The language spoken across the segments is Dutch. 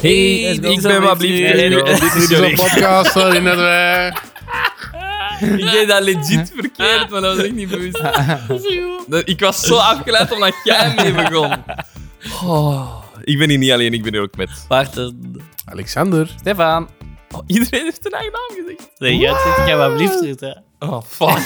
Hey, ik ik ben ben maar maar blieft. blieft. Dit is een podcast waarin dat wij... Ik deed dat legit verkeerd, maar dat was ik niet bewust. Dat- Ik was zo afgeleid omdat jij mee begon. Oh, ik ben hier niet alleen, ik ben hier ook met. Wacht, eh, Alexander. Stefan. Oh, iedereen heeft een eigen naam gezegd. Zeg jij het? Ik ga maar blieft zitten. Oh, fuck.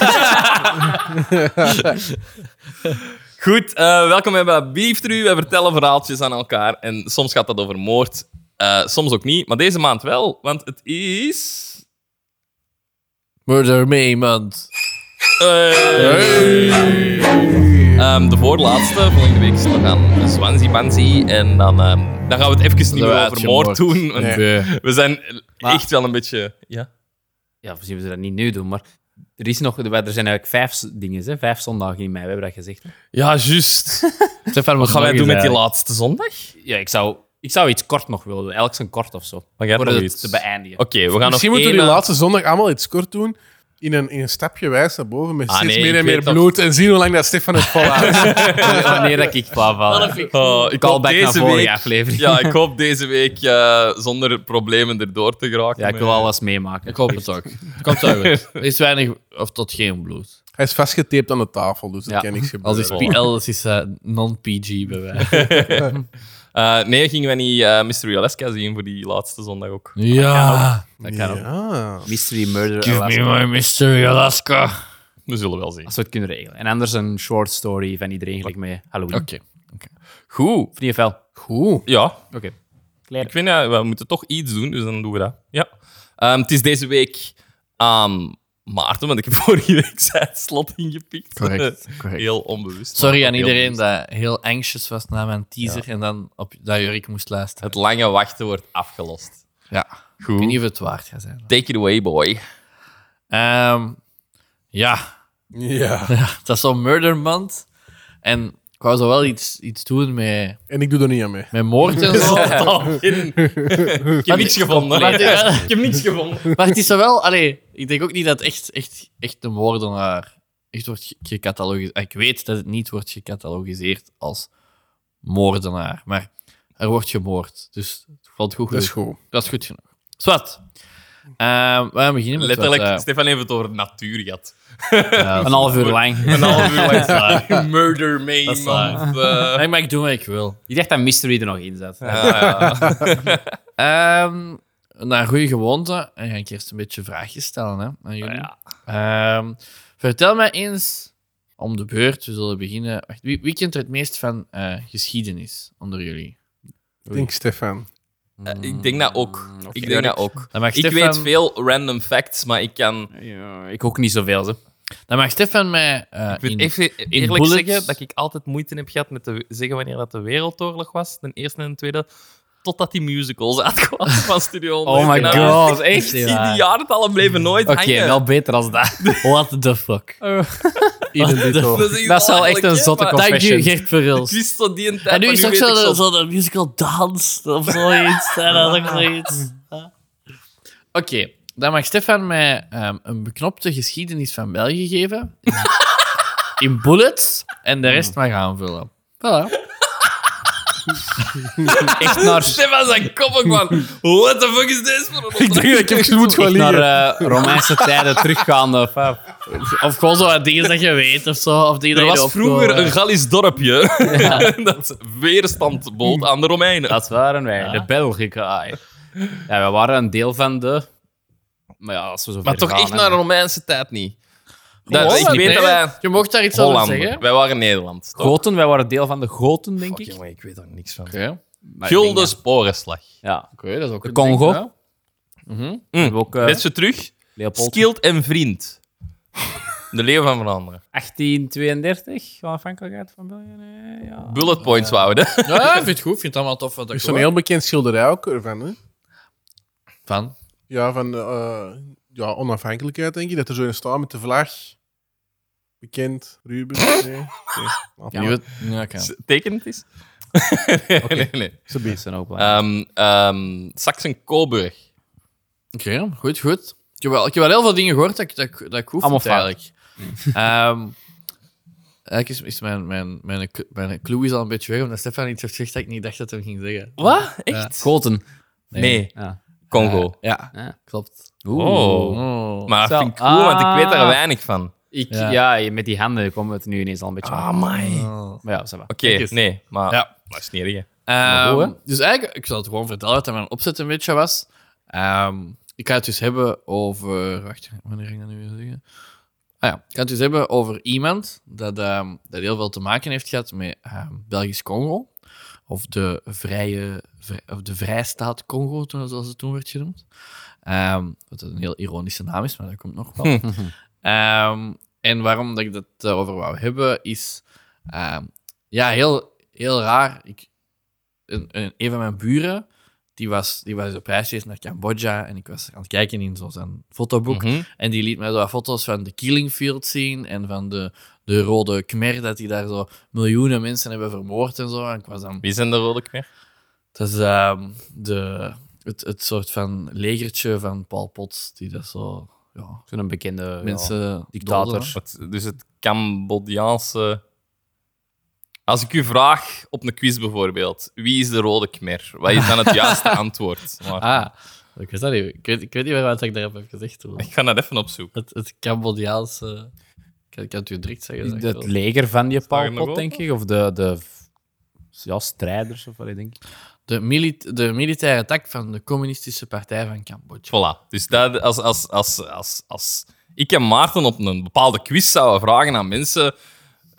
Goed, eh, welkom bij Wat Blieft er u. We vertellen verhaaltjes aan elkaar. En soms gaat dat over moord, eh, soms ook niet. Maar deze maand wel, want het is... Murder me, iemand. Hey. Ehm, de voorlaatste, volgende week zullen we gaan Swansea Bansie. En dan, ehm, dan gaan we het even niet Dan meer gaat over je moord moord. doen. Want eh, Nee. We zijn Maar- echt wel een beetje... Ja? Ja, misschien moeten we dat niet nu doen, maar er, is nog, er zijn eigenlijk vijf s- dingen, hè? vijf zondagen in mei. We hebben dat gezegd. Ja, juist. Stefan, Wat gaan wij doen met die laatste zondag? Ja, ik zou, ik zou iets kort nog willen. doen. Elk zijn kort of zo. Maar jij hebt Voor nog het iets. te beëindigen. Oké, we gaan Misschien nog moeten we één die aan- laatste zondag allemaal iets kort doen. In een, in een stapje wijs naar boven met Ah, steeds nee, meer ik en meer weet dat- bloed. En zien hoe lang dat Stefan het volhoudt. Wanneer dat ik klaar val. Oh, ik hoop Callback naar deze vorige week... aflevering. Ja, ik hoop deze week eh, zonder problemen erdoor te geraken. Ja, ik wil Maar- alles meemaken. Ik hoop het ook. Komt uit. Er is weinig of tot geen bloed. Hij is vastgetaped aan de tafel, dus er Ja. kan niks gebeuren. Als is P- alles is eh, non-PG bij mij. Eh, nee, gingen we niet eh Mystery Alaska zien voor die laatste zondag ook. Ja. Dat kan ook. Ja. Mystery Murder Give Alaska. me my mystery Alaska. We zullen wel zien. Als we het kunnen regelen. En anders een short story van iedereen gelijk met Halloween. Oké. Of Goed. niet, fel. Goed. Ja, Oké. Ik vind, ja, we moeten toch iets doen, dus dan doen we dat. Ja. Ehm, het is deze week aan Maarten, want ik heb vorige week zijn slot ingepikt. Correct, correct. Heel onbewust. Sorry maar aan heel iedereen bewust. dat heel anxious was na mijn teaser en dan op dat Jurik moest luisteren. Het lange wachten wordt afgelost. Ja. Goed. Ik weet niet of het waard gaat zijn. Take it away, boy. Ehm, ja. Ja. Dat is zo'n murder month. En ik wou zo wel iets, iets doen met, En ik doe er niet aan mee. met moord en zo. Ik heb niks gevonden. Maar het is- Ik heb niks gevonden. Maar het is zo wel, allee, ik denk ook niet dat echt, echt, echt een moordenaar echt wordt ge- gecatalogiseerd. Ik weet dat het niet wordt gecatalogiseerd als moordenaar, maar er wordt gemoord. Dus het valt goed. Dat is genoeg. goed. Dat is goed genoeg. Zwat. Ehm, we gaan beginnen met Letterlijk, wat, eh, Stefan heeft het over natuur gehad. ja, Een half uur lang. Een half uur lang staan. Murder me, is man. Eh, Nee, maar ik doe wat ik wil. Ik dacht dat Mystery er nog in zat. ja, ja. Ehm, naar goede gewoonte en ga ik eerst een beetje vraagjes stellen hè, aan jullie. Ah, Ehm, vertel mij eens om de beurt. We zullen beginnen. Wacht, wie, wie kent er het meest van eh, geschiedenis onder jullie? Ik denk Stefan. Eh, Ik denk dat ook. Ik denk dat ook. Dan mag Ik Mm, Stefan, weet veel random facts, maar ik kan. Ja, ik ook niet zoveel. Zo. Dan mag Stefan mij. eh, Ik in- moet even eerlijk bullets- zeggen dat ik altijd moeite heb gehad met te zeggen wanneer dat de Wereldoorlog was, de eerste en de tweede, totdat die musicals uitkwamen van Studio 100. Oh my En dan god, was ik echt? Die, Ja. die jaartallen bleven nooit Oké, hangen. wel beter als dat. What the fuck? Ieder dit ook. is Dat is wel echt belachelijk, een hè, zotte maar- kop. Dank Confession. je, Gert Verhulst. Ik wist tot die een tijd. En nu maar is ook weet ik zo'n zo- zo de musical dans of zoiets. Ja, dat is ook zoiets. Ja. Oké, dan mag Stefan mij ehm, een beknopte geschiedenis van België geven. In, in bullets. En de rest mag aanvullen. Voilà. Echt naar, Stefan zijn kop ook, man. What the fuck is dit voor een Ik denk dat ik even moet gaan echt liggen. naar eh, Romeinse tijden teruggaande. Of, wat. Of gewoon zo wat dingen dat je weet of zo. Of dingen Er dat je was opkomen. eh, vroeger een Gallisch dorpje dat weerstand bood aan de Romeinen. dat waren wij, de Belgica. Ah, Ja, we waren een deel van de... Maar ja, als we zo Maar ver toch gaan, echt hè. naar de Romeinse tijd niet. Dat, Gewoon, ik weet nee. dat wij Je mocht daar iets over Hollander. zeggen. Wij waren Nederland. toch? Goten, wij waren deel van de Goten, denk ik. ik weet daar niks van. Oké, oké, Maar ik denk Gulden dat- sporenslag. Ja. dat is ook De een Congo. ding, hè. We hebben ook eh, Best ze Mm. terug. Leopold Skild en vriend. De leeuw van veranderen. 1832, wel afhankelijkheid van België. nee, ja. Bullet points wouden. hè? Ja, ik vind het goed. Ik vind het allemaal tof. Wat Er ik is zo'n hoor. heel bekend schilderij ook ervan. Hè? Van. Ja, van eh, ja, onafhankelijkheid, denk ik. Dat er zo in staat met de vlag. Bekend, Ruben. Nee. Ja, Nee. ja, kan. Tekent is. nee, nee. Ze Dat biedt. is een open. Ehm ehm Saxen-Coburg. Oké, goed, goed. Ik heb, wel, ik heb wel heel veel dingen gehoord dat ik, dat ik, dat ik goed Allemaal vond, eigenlijk. Ehm, eigenlijk is, is mijn, mijn, mijn, mijn clue is al een beetje weg, omdat Stefan iets heeft gezegd dat ik niet dacht dat hij hem ging zeggen. Wat? Echt? Goten. Nee, Ah. Congo. Ja, Ah. klopt. Oh. Oh. Maar Zo. dat vind ik cool, want ik weet daar Ah. weinig van. Ik, Ja. ja. Oh. met die handen komen we het nu ineens al een beetje Ah, aan. my. Maar ja, zeg maar. Oké, Kijk eens. nee, maar Ja. dat is niet erg. hè. Ehm, goed, hè? dus eigenlijk, ik zal het gewoon vertellen dat mijn opzet een beetje was. Ehm, ik ga het dus hebben over. Wacht, wanneer ging ik dat nu weer zeggen? Ah ja, ik ga het dus hebben over iemand dat, ehm, dat heel veel te maken heeft gehad met ehm, Belgisch Congo. Of de, vrije, vrij- of de Vrijstaat Congo, toen- zoals het toen werd genoemd. Ehm, wat een heel ironische naam is, maar dat komt nog wel. Ehm, en waarom dat ik dat eh, over wou hebben, is... ehm, ja, heel, heel raar. Ik, een, een, een van mijn buren, die was, die was op reis geweest naar Cambodja. En ik was aan het kijken in zo'n zijn fotoboek. Mhm. En die liet mij zo wat foto's van de Killing Field zien. En van de, de Rode Khmer, dat die daar zo miljoenen mensen hebben vermoord en zo. En ik was dan... Wie zijn de rode kmer? Dat is ehm, de, het, het soort van legertje van Paul Pot, die dat zo... Ja, Zo'n bekende mensen... dictator. doden. Wat- Dus het Cambodjaanse... Als ik u vraag op een quiz bijvoorbeeld, wie is de rode kmer? Wat is dan het juiste antwoord? Maar Ah, ik weet dat niet. Ik weet, ik weet niet meer wat ik daarop heb gezegd. toen. ik ga dat even opzoeken. Het, het Cambodjaanse... Ik kan, ik kan het u direct zeggen. Ja. dat ik Het wel- leger van je je Pol nog Pot, denk ik. Of de, de v- ja, strijders of wat, ik denk ik. De, mili- de militaire tak van de communistische partij van Cambodja. Voilà. Dus dat, als, als, als, als, als ik en Maarten op een bepaalde quiz zouden vragen aan mensen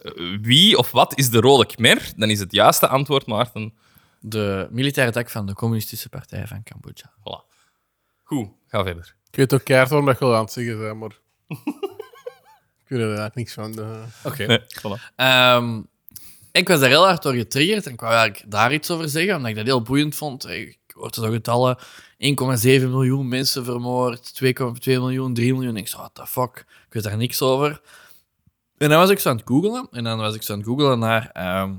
eh, wie of wat is de rode kmer, dan is het juiste antwoord, Maarten. De militaire tak van de communistische partij van Cambodja. Voilà. Goed, ga verder. Ik weet ook keihard waarom dat je wel aan het zeggen bent, maar... ik weet er eigenlijk niks van. eh. Oké. Nee, voilà. Ehm, ik was daar heel hard door getriggerd en ik wou eigenlijk daar iets over zeggen, omdat ik dat heel boeiend vond. Ik hoorde zo getallen, 1,7 miljoen mensen vermoord, 2,2 miljoen, 3 miljoen. Ik zo, what the fuck, ik weet daar niks over. En dan was ik zo aan het googelen, en dan was ik zo aan het googelen naar... ehm,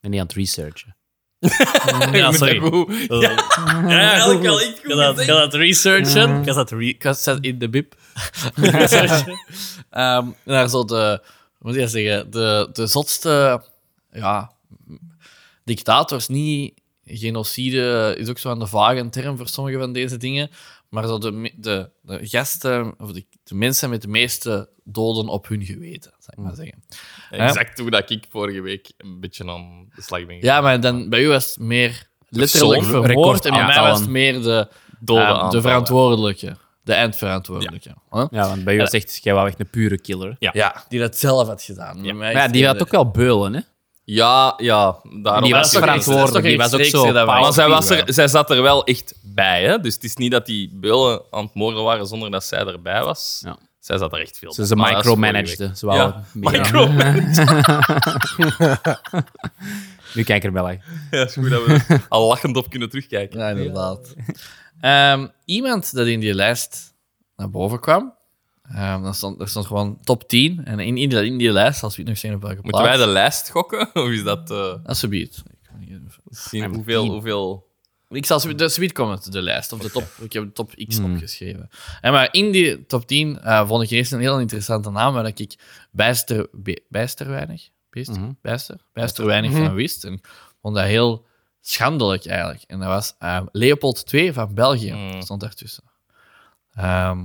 En die aan het researchen. ja, sorry. Ja, eigenlijk wel echt goed. Ik ga dat researchen. Ik ga dat, re ik ga dat in de bib. researchen. Ehm, naar zo de, hoe moet je dat zeggen, de, de zotste ja, dictators. Niet genocide is ook zo aan de vage term voor sommige van deze dingen. Maar zo de, me- de, de gasten, of de, de mensen met de meeste doden op hun geweten, zou ik maar zeggen. Exact hoe dat ik vorige week een beetje aan de slag ben gegaan. Ja, maar dan, bij u was het meer letterlijk persoon, vermoord. En bij mij was het recordaantallen. meer de, Dode ehm, de aantallen. verantwoordelijke. De eindverantwoordelijke. Huh? Ja, want bij jou is echt, jij wou echt een pure killer. Ja. Ja, die dat zelf had gedaan. Bij Maar mij ja, is die de- had ook wel beulen, hè? Ah, ja, ja daarom Die was dat is toch dat verantwoordelijk. is Die toch was ook rechtstreeks, hè, zo. dat wij- Maar power- zij, was er, zij zat er wel echt bij, hè? dus het is niet dat die beulen aan het moorden waren zonder dat zij erbij was. Ja. Zij zat er echt veel Ze, bij. ze Maar dat is vorige micromanagede. Ze week. wou Ja, meer. micromanaged. Nu kijk ik erbij. lachen. Ja, is goed dat we er al lachend op kunnen terugkijken. Ja, inderdaad. Ehm, iemand dat in die lijst naar boven kwam, ehm dan stond, er stond gewoon top 10. En in, in, die, in die lijst, als we het nog zien op welke plaats... Moeten wij de lijst gokken? Of is dat... eh, Alsjeblieft. Ik weet niet of- zien I'm hoeveel, team. hoeveel... Ik zal zometeen- zometeen komen, de lijst. Of de top, ik heb de top X opgeschreven. En maar in die top 10 eh, vond ik eerst een heel interessante naam, waar ik bijster, be- bijster weinig, beest, Mhm. bijster, bijster Mhm. weinig van wist. En ik vond dat heel schandelijk eigenlijk. En dat was eh, Leopold II van België, Mm. stond daartussen. Ehm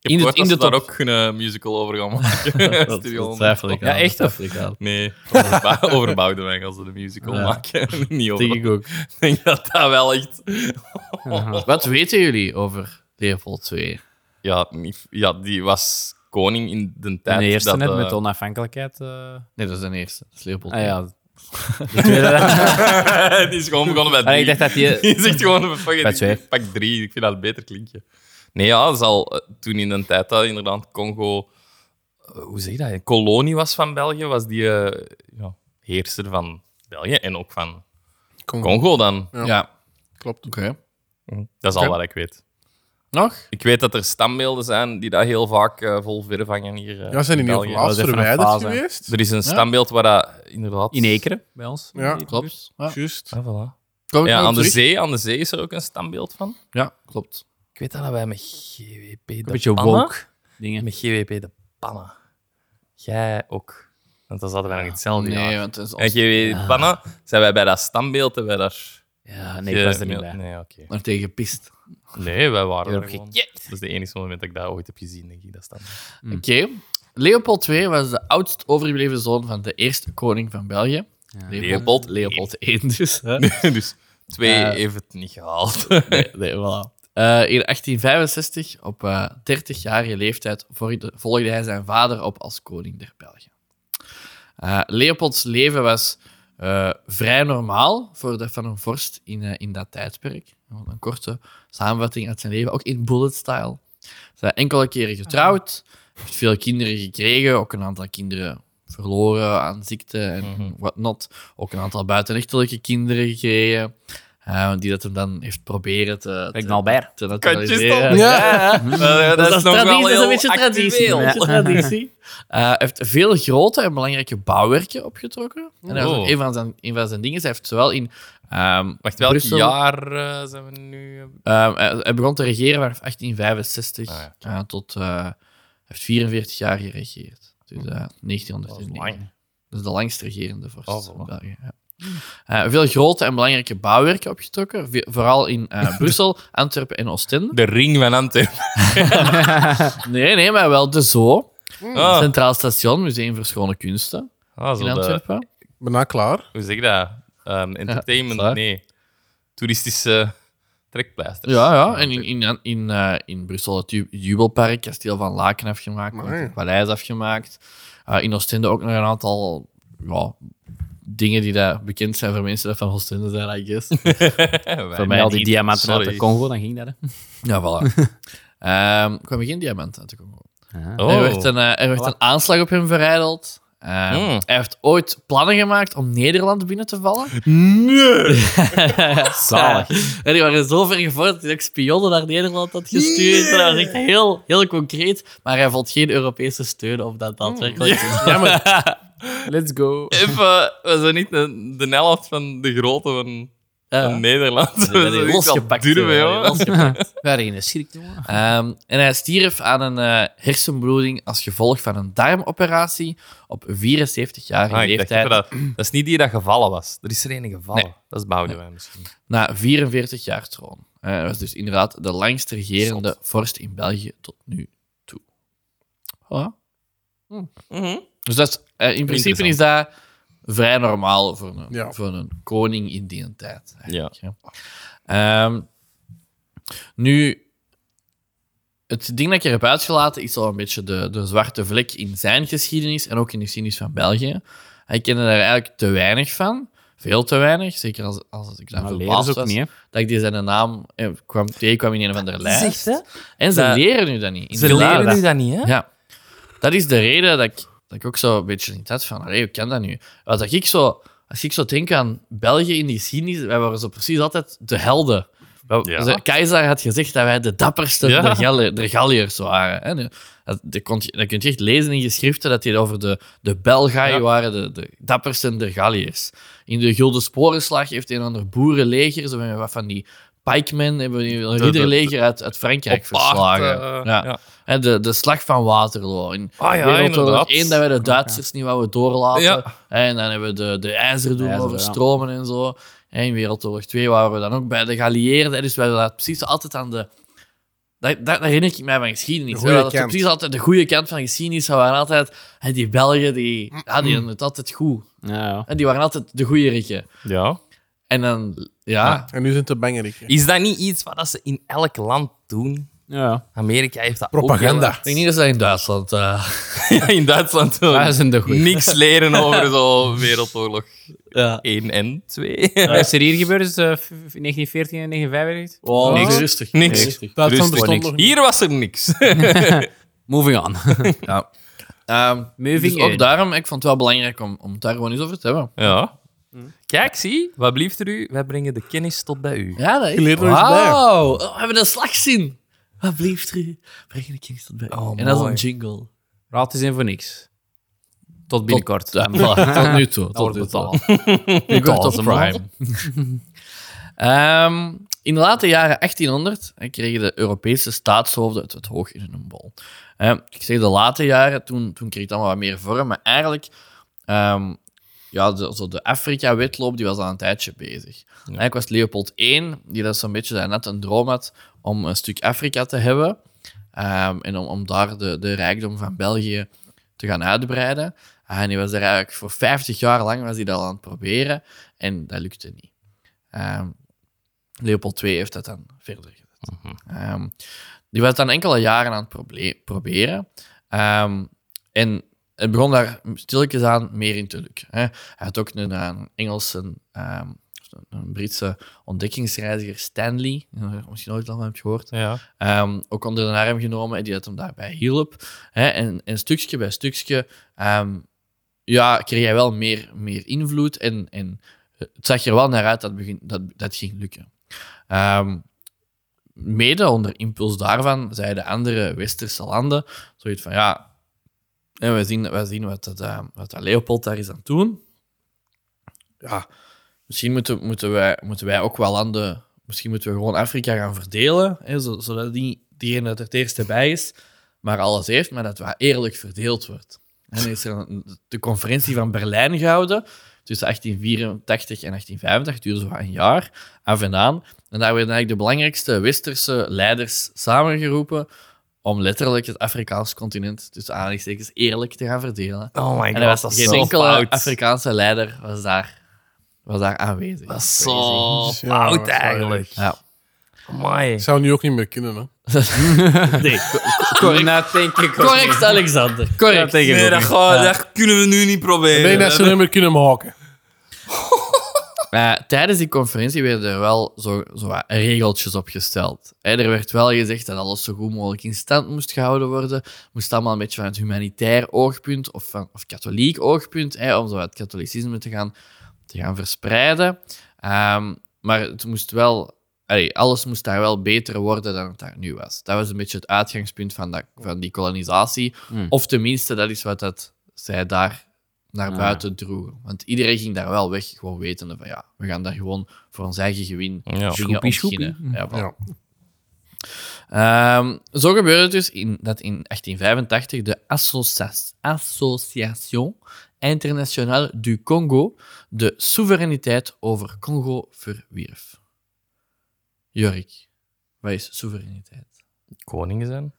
Ik In heb de- gehoord in dat de ze daar top. ook een musical over gaan maken. dat, Studio dat twijfel ik Ja, aan, echt? dat twijfel ik aan. Nee, overbou- overbouwden wij gaan ze de musical Ja. maken. niet Dat denk over. ik ook. Ik denk dat dat wel echt... Wat weten jullie over Leopold II? Ja, niet- ja, die was koning in de tijd De eerste dat... net eh, met onafhankelijkheid. eh. Nee, dat is de eerste. Dat is Leopold Ah II. ja. De tweede- die is gewoon begonnen bij Ah, drie. ik dacht dat die- Die zegt gewoon, fuck it, Bij twee. ik pak drie. Ik vind dat beter klinken. Nee, ja, dat is al eh, toen in een tijd dat inderdaad Congo... eh, Hoe zeg je dat? Een kolonie was van België, was die eh, ja, heerser van België en ook van Congo. Congo dan. Mm. Ja. Ja, Klopt. oké. Dat is al Oké. wat ik weet. Nog? Ik weet dat er stambeelden zijn die dat heel vaak eh, vol vervangen hier eh, Ja, zijn in die niet België. overal was even een verwijderd fase. geweest? Er is een stambeeld waar dat inderdaad... In Ekeren, bij ons. Ja, Klopt. Ja. juist. Ah, voilà. Kom ik Ja, nog aan de, terug? zee, aan de zee is er ook een stambeeld van. Ja, klopt. Ik weet dat wij met GWP de Een beetje Panna... woke dingen. Met GWP de Panna. Jij ook. Want dan zaten wij nog hetzelfde Nee, jaar. want het is En ons... GWP de Panna zijn wij bij dat standbeeld en wij daar... Ah, Ja, nee, ik was er niet bij. Nee, oké. Maar tegen pist. nee, wij waren Ja, er gewoon. Dat is de enige moment dat ik dat ooit heb gezien, denk ik. Dat staan. Oké. Leopold II was de oudst overgebleven zoon van de eerste koning van België. Leopold Leopold I dus. Hè? dus twee Eh. heeft het niet gehaald. Nee, nee, voilà. Eh, in 1865, op eh 30-jarige leeftijd, volgde, volgde hij zijn vader op als koning der Belgen. Eh, Leopolds leven was eh, vrij normaal voor dat van een vorst in, eh, in dat tijdperk. Want Een korte samenvatting uit zijn leven, ook in bullet style. Ze zijn enkele keren getrouwd, heeft veel kinderen gekregen, ook een aantal kinderen verloren aan ziekte en whatnot. Ook een aantal buitenechtelijke kinderen gekregen. eh, die dat hem dan heeft proberen te, Kijk, te, Albert. te Kantjes naturaliseren. toch? Ja. Eh, Dat, is, wel traditie, dat is heel een beetje traditie. actueel. Dat is een traditie. Eh, hij heeft veel grote en belangrijke bouwwerken opgetrokken. En dat was ook Oh. een van zijn, een van zijn dingen. Hij heeft zowel in... ehm, Wacht, welk Brussel- jaar eh, zijn we nu? ehm, hij hij begon te regeren vanaf 1865 Ah, eh, tot... eh, hij heeft 44 jaar geregeerd. Dus eh Dat is 1909. lang. Dat is de langst regerende vorst Oh, voilà. van België. Ja. Eh, veel grote en belangrijke bouwwerken opgetrokken. ve- Vooral in eh, Brussel, Antwerpen en Oostende. De ring van Antwerpen. Nee, nee, maar wel de Zoo. Ah, Centraal Station, Museum voor Schone Kunsten ah, zo Mm. in de- Antwerpen. Ben nou klaar? hoe zeg ik dat? Ehm, entertainment, Ja, nee. Toeristische trekpleisters. Ja, ja. En in, in, in, eh, in Brussel het Ju- Jubelpark, Kasteel van Laken afgemaakt, Maar, Koninklijk hè. Paleis afgemaakt. Eh, in Oostende ook nog een aantal ja, dingen die daar bekend zijn voor mensen die van Oostende zijn, I guess. Voor Bij al die diamanten uit de Congo, dan ging dat. Hè. ja, voilà. Ehm kwam er geen diamant uit de Congo. Oh. Er werd, een, eh, er werd een aanslag op hem verrijdeld. Eh, Hmm. Hij heeft ooit plannen gemaakt om Nederland binnen te vallen. Zalig. En die waren zo ver gevorderd dat hij ook spionnen naar Nederland had gestuurd. Dat was echt heel, heel concreet. Maar hij vond geen Europese steun om dat daadwerkelijk te doen. Let's go. Even, we zijn niet de, de helft van de grootte van, van Ja. Nederland. Die werden losgepakt. eh, Duur, die werden joh. losgepakt. Waar in de schrik, jongen. Ehm, en hij stierf aan een eh, hersenbloeding als gevolg van een darmoperatie op 74-jarige Ah, ik dacht leeftijd. even dat, dat is niet die dat gevallen was. Er is er een gevallen. Dat is Boudewijn misschien. na 44 jaar troon. Eh, Hij was dus inderdaad de langst regerende vorst in België tot nu toe. Voilà. Hm. Dus dat is, eh, in principe is dat vrij normaal voor een, Ja. voor een koning in die tijd. eigenlijk, Ja. hè. Ehm, nu, het ding dat ik er heb uitgelaten is al een beetje de, de zwarte vlek in zijn geschiedenis en ook in de geschiedenis van België. Hij kende daar eigenlijk te weinig van. Veel te weinig, zeker als, als ik daar Maar leren verbaasd ze ook was niet, hè? dat ik die zijn naam eh, kwam, tegenkwam in een van de lijst. Zegt, hè? En ze Dat- leren nu dat niet. Ze Inderdaad. leren nu dat niet, hè? Ja. Dat is de reden dat ik, dat ik ook zo een beetje niet had van, allee, hoe kan dat nu? Want dat ik zo, als ik zo denk aan België in die geschiedenis, wij waren zo precies altijd de helden. Wij- Ja. de Dus, eh, Keizer had gezegd dat wij de dapperste Ja. der, Galli- der Galliërs waren. Hè? Nu, Dat, dat kon je- dat kun je echt lezen in geschriften dat die over de, de Belgae Ja. waren, de, de dappersten der Galliërs. In de Gulden Sporenslag heeft een ander boerenleger, zo van- wat van die pikemen, hebben we een de- ridderleger uit, uit Frankrijk Op paard, verslagen. eh, ja. ja. Hè, de, de slag van Waterloo. In Ah ja, Wereldoorlog inderdaad. 1 dat we de Duitsers niet wouden doorlaten. Ja. Hè, En dan hebben we de, de IJzerdoel De IJzer, overstromen en zo. En in Wereldoorlog 2 waren we dan ook bij de geallieerden. Hè, Dus wij waren precies altijd aan de... Dat, dat herinner ik mij van geschiedenis. De hè. We goede hadden kant. precies altijd de goede kant van geschiedenis. We waren altijd... hè, die Belgen, die, ja, die hadden het altijd goed. Ja, ja. Hè, Die waren altijd de goede rikken. ja. En dan... Ja, En nu zijn het de bangerikken. Is dat niet iets wat dat ze in elk land doen? ja. Amerika heeft dat Propaganda. ik denk niet dat ze dat in Duitsland... eh, ook. heel erg. Ja, in Duitsland wel. Wij zijn de goeie. niks leren over zo Wereldoorlog ja. 1 en 2. Wat is er hier gebeurd dus, eh, v- 1914 en 1945? Oh, Niks. rustig. niks. Duitsland Rustig. bestond Niks. nog niet. Hier was er niks. Moving on. Ja. Ehm, Moving dus ook on. daarom, ik vond het wel belangrijk om, om het daar gewoon eens over te hebben. Ja. Hm. Kijk, zie, wat blieft er u? Wij brengen de kennis tot bij u. Ja, dat Je leert er iets bij. Wauw, Oh, we hebben een slagzin. Wat blieft er? Breng de kinderen tot bij. u. Oh, en dat is mooi. een jingle. Raad is in voor niks. Tot binnenkort. Ja, voilà, tot nu toe. Tot wordt nu betaald. toe. Nu komt Betaald, tot de prime. man. Ehm, in de late jaren 1800 eh, kregen de Europese staatshoofden het, het hoog in hun bol. Eh, ik zeg de late jaren, toen, toen kreeg het allemaal wat meer vorm, maar eigenlijk ehm, ja, de, zo de Afrika-wetloop die was al een tijdje bezig. Eigenlijk was Leopold I, die dat zo'n beetje daar net een droom had om een stuk Afrika te hebben. ehm, en om, om daar de, de rijkdom van België te gaan uitbreiden. Ah, En die was daar eigenlijk voor 50 jaar lang was hij dat al aan het proberen. En dat lukte niet. Ehm, Leopold II heeft dat dan verder gezet. Ehm, die was dan enkele jaren aan het proble- proberen. Ehm, en het begon daar stilletjes aan meer in te lukken. Hè. Hij had ook een, een Engelse, ehm, of een- een Britse ontdekkingsreiziger, Stanley, eh, misschien ooit al van hebt gehoord, Ja. ehm, ook onder de arm genomen en die dat hem daarbij hielp. Hè. En, en stukje bij stukje ehm, ja, kreeg hij wel meer, meer invloed en, en het zag er wel naar uit dat het begin, dat, dat ging lukken. Ehm, mede onder impuls daarvan zeiden andere westerse landen zoiets van ja, en we zien, we zien wat, dat, eh, wat dat Leopold daar is aan het doen. Ja, misschien moeten, moeten, wij, moeten wij ook wel landen... Misschien moeten we gewoon Afrika gaan verdelen, hè, zo- zodat die, diegene dat er het eerste bij is, maar alles heeft, maar dat het wel eerlijk verdeeld wordt. En dan is er een- de conferentie van Berlijn gehouden tussen 1884 en 1885, duurde zo wat een jaar, af en aan. En daar werden eigenlijk de belangrijkste westerse leiders samengeroepen om letterlijk het Afrikaans continent, tussen aanhalingstekens, eerlijk te gaan verdelen. Oh my god, En er was dat is geen zo enkele fout. Afrikaanse leider was daar, was daar aanwezig. Dat is zo Crazy. Ja, dat fout is waar. eigenlijk. Ja. Amai. Ik zou nu ook niet meer kunnen, hè. Nou, denk ik ook niet. Correct, Alexander. Correct. Nee, dat, gaan- dat kunnen we nu niet proberen. Nee, dat ze niet meer kunnen maken. Eh, tijdens die conferentie werden er wel zo, zo wat regeltjes opgesteld. Hè, er werd wel gezegd dat alles zo goed mogelijk in stand moest gehouden worden. Moest allemaal een beetje van het humanitair oogpunt of, van, of katholiek oogpunt, hè, om zo het katholicisme te gaan, te gaan verspreiden. Ehm, maar het moest wel, allee, alles moest daar wel beter worden dan het daar nu was. Dat was een beetje het uitgangspunt van, dat, van die kolonisatie. Hmm. Of tenminste, dat is wat dat zij daar naar Ah. buiten droegen. Want iedereen ging daar wel weg, gewoon wetende van ja, we gaan daar gewoon voor ons eigen gewin Ja. dingen Schoepie, schoepie. ontginnen. Ja, wel. Ja. Ehm, zo gebeurde het dus in, dat in 1885 de Associa- Association Internationale du Congo de soevereiniteit over Congo verwierf. Jorik, wat is soevereiniteit? Koningen zijn.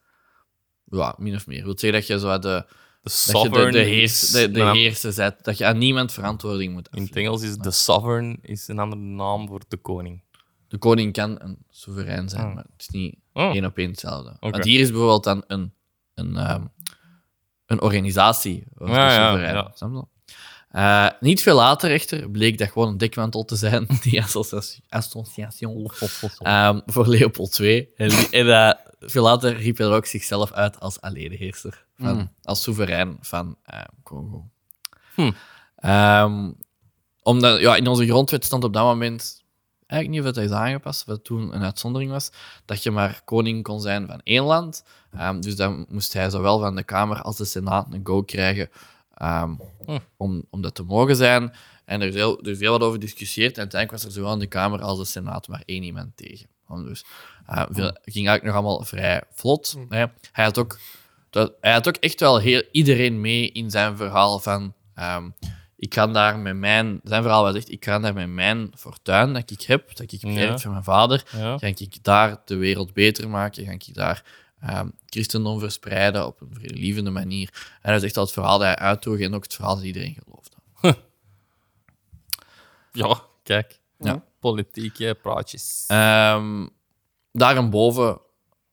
Ja, min of meer. Wil zeggen dat je zo de, De dat je de, sovereign de, is- heers, de, de Ja. heerser bent, dat je aan niemand verantwoording moet In afleggen. het Engels is de sovereign is een andere naam voor de koning. De koning kan een soeverein zijn, maar het is niet Oh. één op één hetzelfde. Want Ah. Oké. hier is bijvoorbeeld dan een, een, ehm, een organisatie. Of Ja, een ja, soeverein. ja. Snap je? Eh, niet veel later echter bleek dat gewoon een dekmantel te zijn, die associatie- association ehm, voor Leopold II. En, die- en eh, veel later riep hij er ook zichzelf uit als alleenheerser, van, als soeverein van eh, Congo. Hmm. Hm. Ehm, omdat, ja, in onze grondwet stond op dat moment, eigenlijk niet of dat is aangepast, wat toen een uitzondering was, dat je maar koning kon zijn van één land. Ehm, dus dan moest hij zowel van de Kamer als de Senaat een go krijgen ehm, Hm. om, om dat te mogen zijn. En er is heel, er is heel wat over gediscussieerd. En uiteindelijk was er zowel in de Kamer als de Senaat maar één iemand tegen. Want Dus eh, Hm. veel- ging eigenlijk nog allemaal vrij vlot. Hè. Hij, had ook, dat, hij had ook echt wel heel, iedereen mee in zijn verhaal van... ehm, ik kan daar met mijn... Zijn verhaal was echt, ik kan daar met mijn fortuin dat ik heb, dat ik heb Ja. geërfd van mijn vader, Ja. Ga ik daar de wereld beter maken? Ga ik daar ehm, christendom verspreiden op een vredelievende manier? En dat is echt al het verhaal dat hij uitdroeg en ook het verhaal dat iedereen geloofde. Ja, kijk. Ja. Politieke praatjes. Ehm, daarboven,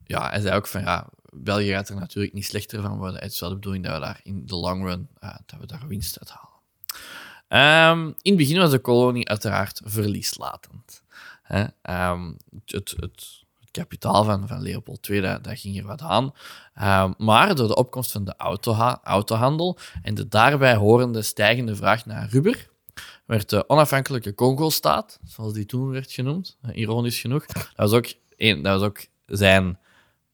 ja, hij zei ook van ja, België gaat er natuurlijk niet slechter van worden. Het is wel de bedoeling dat we daar in de long run eh, dat we daar winst uit halen. Ehm, in het begin was de kolonie uiteraard verlieslatend. Hè? Ehm, het, het, het, het kapitaal van, van Leopold II, dat, dat ging er wat aan. Ehm, maar door de opkomst van de autoha- autohandel en de daarbij horende stijgende vraag naar rubber, werd de onafhankelijke Congo-staat, zoals die toen werd genoemd, eh, ironisch genoeg, dat was ook een, dat was ook zijn,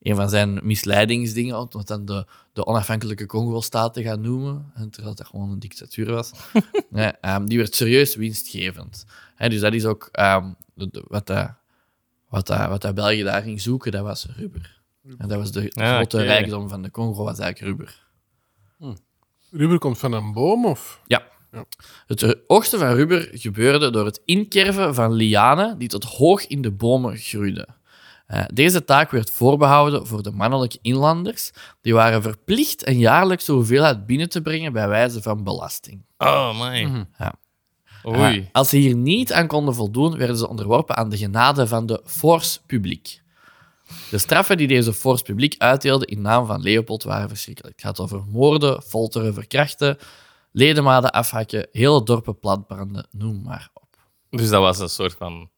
een van zijn misleidingsdingen, om het dan de, de onafhankelijke Congo-staat te gaan noemen, en terwijl dat gewoon een dictatuur was. Ja, ehm, die werd serieus winstgevend. Hè, dus dat is ook ehm, de- de- wat, dat, wat, dat, wat dat België daar ging zoeken, dat was rubber. En dat was de, de Ah, grote oké. rijkdom van de Congo, was eigenlijk rubber. Ruber komt van een boom, of? Ja, Het oogsten van rubber gebeurde door het inkerven van lianen die tot hoog in de bomen groeiden. Eh, Deze taak werd voorbehouden voor de mannelijke inlanders. Die waren verplicht een jaarlijkse hoeveelheid binnen te brengen bij wijze van belasting. Oh, my. Ja. Oei. Eh, Als ze hier niet aan konden voldoen, werden ze onderworpen aan de genade van de force publiek. De straffen die deze force publiek uitdeelde in naam van Leopold waren verschrikkelijk. Het gaat over moorden, folteren, verkrachten, ledemaden afhakken, hele dorpen platbranden, noem maar op. Dus dat was een soort van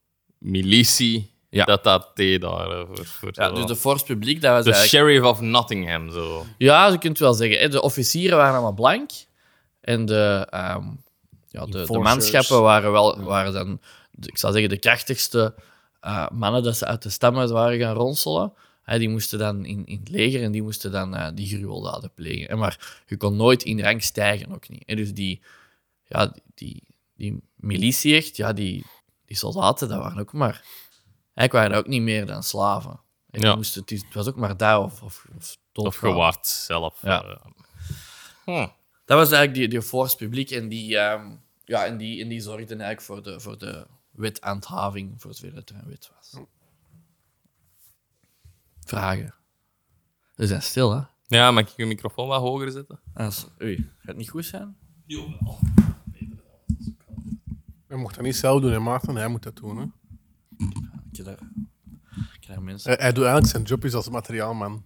militie Ja. dat dat deed daar. hè, Voor, voor Ja, zo. dus de force publiek, dat was de eigenlijk... sheriff of Nottingham, zo. Ja, je kunt wel zeggen. hè, De officieren waren allemaal blank. En de, ehm, ja, de, de Enforcers. manschappen waren, wel, waren dan, de- ik zou zeggen, de krachtigste eh, mannen dat ze uit de stammen waren gaan ronselen. Hè, die moesten dan in, in het leger en die moesten dan eh, die gruweldaden plegen. En maar je kon nooit in rang stijgen, ook niet. En dus die, ja, die, die, die militie echt, ja, die, die soldaten, dat waren ook maar... Eigenlijk waren ook niet meer dan slaven. En die Ja. moesten, het, is- het was ook maar daar of, of, of Of doodgaan. gewaard zelf. Ja. Eh, hm. Dat was eigenlijk die, die force publiek en die, ehm, ja, en die, en die zorgden eigenlijk voor de, voor de wetaandhaving, voor zover het een wet was. Vragen? We zijn stil, hè? Ja, mag ik je microfoon wat hoger zetten? Als, oei, gaat het niet goed zijn? Hij mocht dat niet zelf doen, hè, Maarten. Hij moet dat doen. Hè. Ik heb daar, ik heb daar mensen. Hij, hij doet eigenlijk zijn job is als materiaalman.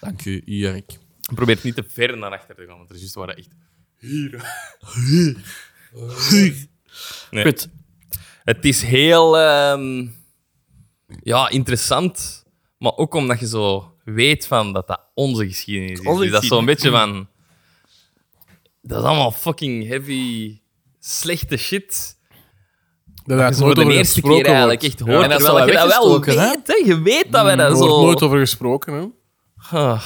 Dank u, Jurk. Probeer het niet te ver naar achter te gaan, want er is waren echt... Nee. Goed. Het is heel ehm, ja, interessant, maar ook omdat je zo weet van dat dat onze geschiedenis is. Onze Dus dat is zo'n beetje geschiedenis. van... Dat is allemaal fucking heavy, slechte shit. Dat hij het Voor nooit de over eerste gesproken keer eigenlijk wordt. echt hoort. En dat is terwijl wel je dat wel weet, weggestoken, hè? Mm, hè? Je weet dat wij Er dat wordt zo... nooit over gesproken. Hè. Ah.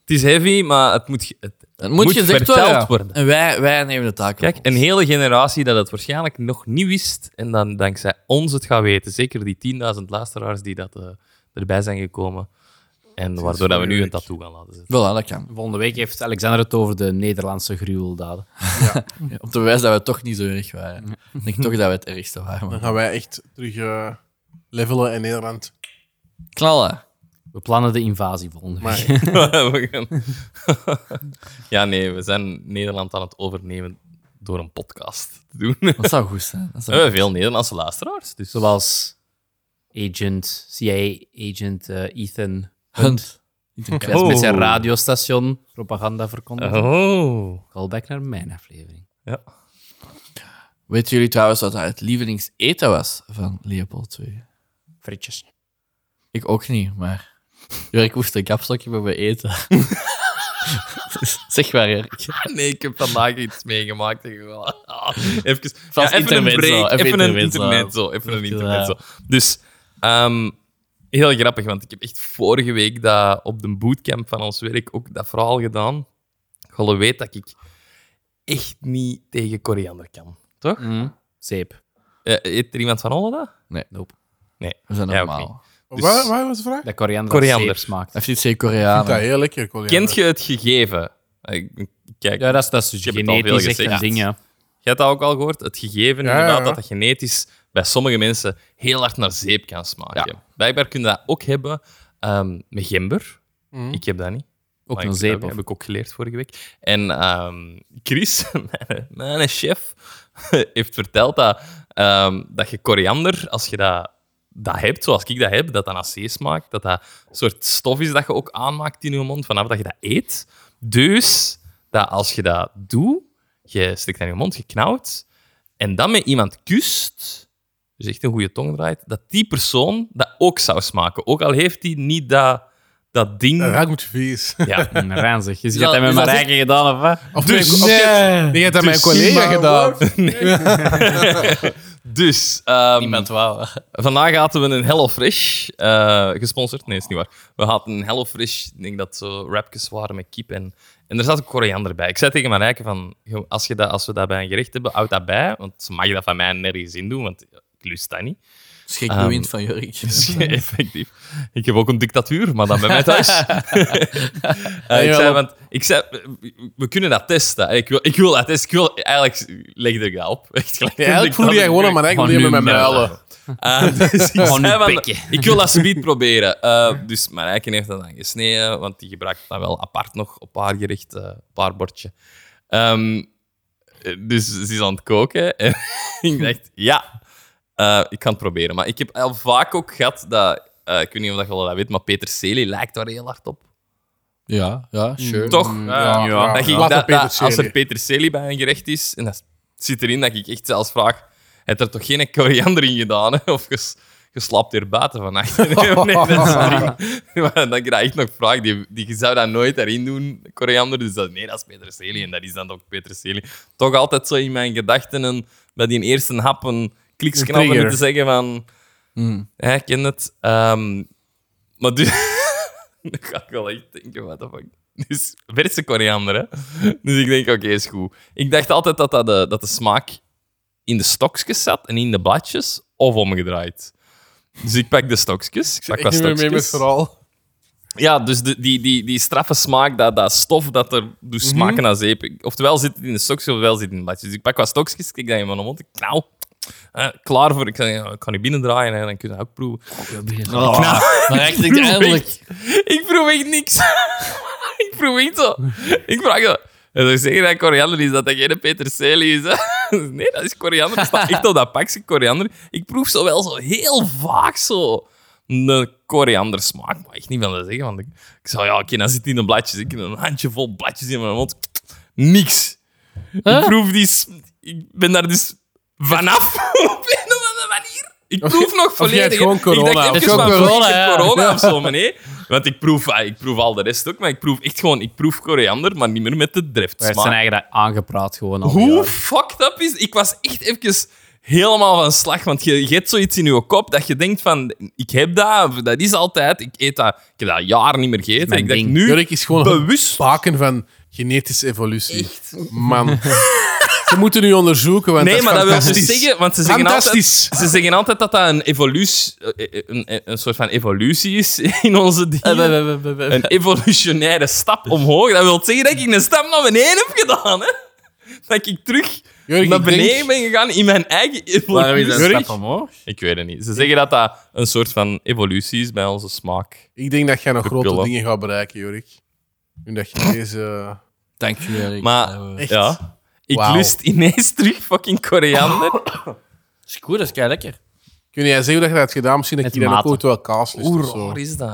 Het is heavy, maar het moet, ge- het Het moet, Moet gezegd verteld worden. worden. En wij, wij nemen de taak op Kijk, ons. een hele generatie dat het waarschijnlijk nog niet wist en dan dankzij ons het gaat weten. Zeker die 10.000 luisteraars die dat, eh, erbij zijn gekomen. En waardoor dat we nu een tattoo gaan laten zetten. Voilà, dat kan. Volgende week heeft Alexander het over de Nederlandse gruweldaden. Op de wijze dat we toch niet zo erg waren. Ik denk toch dat we het ergste waren. Dan maar- gaan wij echt terug eh, levelen in Nederland. Knallen. We plannen de invasie volgende week. Maar We gaan- ja, nee, we zijn Nederland aan het overnemen door een podcast te doen. we Dat zou goed zijn. Dat zou hebben veel Nederlandse luisteraars. Dus Zoals agent, CIA-agent eh, Ethan Oh. Hunt. Dat is met zijn Oh. radiostation propaganda verkondigd. Oh. Callback naar mijn aflevering. Weten jullie trouwens wat het lievelingseten was van Leopold II? Fritjes. Ik ook niet, maar... Jurk moest een kapstokje bij me eten. zeg maar, Jurk. Nee, ik heb vandaag iets meegemaakt. en gewoon- Ah, Even, Vast ja, even een intermezzo, break, even even, een intermezzo. intermezzo. Even een Ja. intermezzo. Dus, ehm, heel grappig, want ik heb echt vorige week dat, op de bootcamp van ons werk ook dat verhaal gedaan. Golle weet dat ik echt niet tegen koriander kan, toch? Mm. Zeep. Eh, eet er iemand van allen dat? Nee, Nope. Nee. we zijn Ja, normaal. ook niet. Dus- waar, waar was de vraag? Dat koriander, Koriander. zeep smaakt. Heeft iets tegen Ik vind dat Koreanen. heel lekker, collega. Kent je het gegeven? Eh, ik- Kijk, Ja, dat is, dat is dus heb het al veel genetisch echt gezegd. een ding, ja. Jij hebt dat ook al gehoord? Het gegeven Ja, inderdaad ja, ja. dat dat genetisch bij sommige mensen heel hard naar zeep kan smaken. Blijkbaar kun je dat ook hebben ehm, met gember. Mhm. Ik heb dat niet. Maar Ook ik een heb zeep. dat of- Heb ik ook geleerd vorige week. En ehm, Chris, mijn, mijn chef, heeft verteld dat, ehm, dat je koriander, als je dat, dat hebt, zoals ik dat heb, dat dat naar zee smaakt, dat dat een soort stof is dat je ook aanmaakt in je mond vanaf dat je dat eet. Dus dat als je dat doet, je stikt aan je mond, je knauwt, en dan met iemand kust, dus echt een goede tong draait, dat die persoon dat ook zou smaken. Ook al heeft hij niet dat, dat ding... Dat ruikt vies. Ja. Mm, ranzig. Dus je dat- hebt hem met is dat Marijke gedaan, of wat? Of dus, nee, je hebt dat mijn collega gedaan. Dus, ehm, Iemand wou. vandaag hadden we een HelloFresh. eh gesponsord? Nee, is niet waar. We hadden een HelloFresh, ik denk dat zo wrapjes waren met kip. En, en er zat ook koriander bij. Ik zei tegen Marijke van, "Joh, als, je dat, als we dat bij een gerecht hebben, houd dat bij. Want ze mag dat van mij nergens in doen, want ik lust dat niet. Schrik Ehm, de wind van Jurk. Effectief. Ik heb ook een dictatuur, maar dan bij mij thuis. Eh, ik, zei, want, ik zei, we kunnen dat testen. Ik wil, ik wil dat testen. Ik wil, eigenlijk legde ik Oh, dat op. Echt gelijk. Eigenlijk voelde jij gewoon aan mijn eigen manier met mijn muilen. Eh, dus ik Gewoon nu zei van, pikken. ik wil dat subiet proberen. Eh, dus mijn eiken heeft dat dan gesneden, want die gebruikt dat wel apart nog op haar gericht, eh, op haar bordje. Ehm, eh, dus ze is aan het koken en ik dacht, ja, eh, ik kan het proberen. Maar ik heb al vaak ook gehad dat, eh, ik weet niet of dat je dat weet, maar Peter Celi lijkt daar heel hard op. Ja, ja, sure. Toch? Mm, Ah, ja, Eh, ja. dat ik Ja. dat- Laat dat- Peter als Celi. er Peter Celi bij een gerecht is, en dat zit erin dat ik echt zelfs vraag, heeft er toch geen koriander in gedaan? Hè? Of ges, geslapt hier buiten vannacht? nee, dat is niet. Maar dat ik dat echt nog vraag, die, die, je zou dat nooit erin doen, koriander. Dus dat, nee, dat is Peter Celi en dat is dan ook Peter Celi. Toch altijd zo in mijn gedachten en bij die eerste hap een Een kliksknappen trigger. Mm. te zeggen van... Ja, ik ken het. Ehm, maar dus... Dan ga ik wel echt denken, what the fuck. Dus verse koriander, hè. Dus ik denk, oké, is goed. Ik dacht altijd dat, dat, de, dat de smaak in de stokjes zat en in de bladjes, of omgedraaid. Dus ik pak de stokjes. Ik pak Ik wat neem mee met het stokjes. verhaal. Ja, dus de- die, die, die straffe smaak, dat, dat stof dat er dus Mhm. smaken naar zeep. Ik- Oftewel zit het in de stokjes, ofwel zit het in de bladjes. Dus ik pak wat stokjes, kijk dat in mijn mond. Ik, nou, eh, klaar voor. Ik, zeg, ja, ik kan nu binnendraaien en dan kun je dat ook proeven. Nou, Maar echt, ik eindelijk. Ik proef echt niks. ik proef echt zo. Ik vraag zo. En ze zeggen dat koriander is, dat dat geen peterselie is. Hè? nee, dat is koriander. Dat staat echt op dat pakje koriander. Ik proef zo wel zo heel vaak zo een koriander smaak. Maar echt niet van te zeggen. Want ik, ik zou ja, oké, dan zit die in de bladjes. Ik heb een handjevol bladjes in mijn mond. Niks. Ik proef die... s- Ik ben daar dus vanaf op een of andere manier. Ik Of proef je- nog of je hebt volledig. gewoon corona. Ik dacht Het even is van, gewoon fuck, corona, ik heb ja. corona of zo, maar nee. Want ik proef, ah, ik proef al de rest ook, maar ik proef echt gewoon... Ik proef koriander, maar niet meer met de Hij heeft zijn driftsmaak. eigen dat aangepraat gewoon al. Hoe fucked up is... Ik was echt even helemaal van slag, want je, je hebt zoiets in je kop dat je denkt van... Ik heb dat, of dat is altijd... Ik eet dat... Ik heb dat jaren niet meer gegeten. mijn Ik dacht, ding. nu... Jurk is gewoon een baken van genetische evolutie. Man. Ze moeten nu onderzoeken, want Nee, dat is maar dat wil dus fantastisch. zeggen... Want ze zeggen altijd, Fantastisch. ze zeggen altijd dat dat een, evolutie, een, een soort van evolutie is in onze dieren. een evolutionaire stap omhoog. Dat wil zeggen dat ik een stap naar beneden heb gedaan. Hè? Dat ik terug Jurk, naar ik beneden denk- ben gegaan in mijn eigen Waarom is evolutie. dat een stap omhoog? Ik weet het niet. Ze zeggen dat dat een soort van evolutie is bij onze smaak. Ik denk dat jij nog De grote pillen. dingen gaat bereiken, Jorik. Nu dat je deze... Dank je, Jurk. Maar Eh, Echt? ja, ik Wauw. lust ineens terug fucking koriander. is goed, dat is kei lekker. Kun jij zeggen dat je dat hebt gedaan? Misschien dat Met je dan ook mate. ooit wel kaas lust Hoe of zo. raar is dat?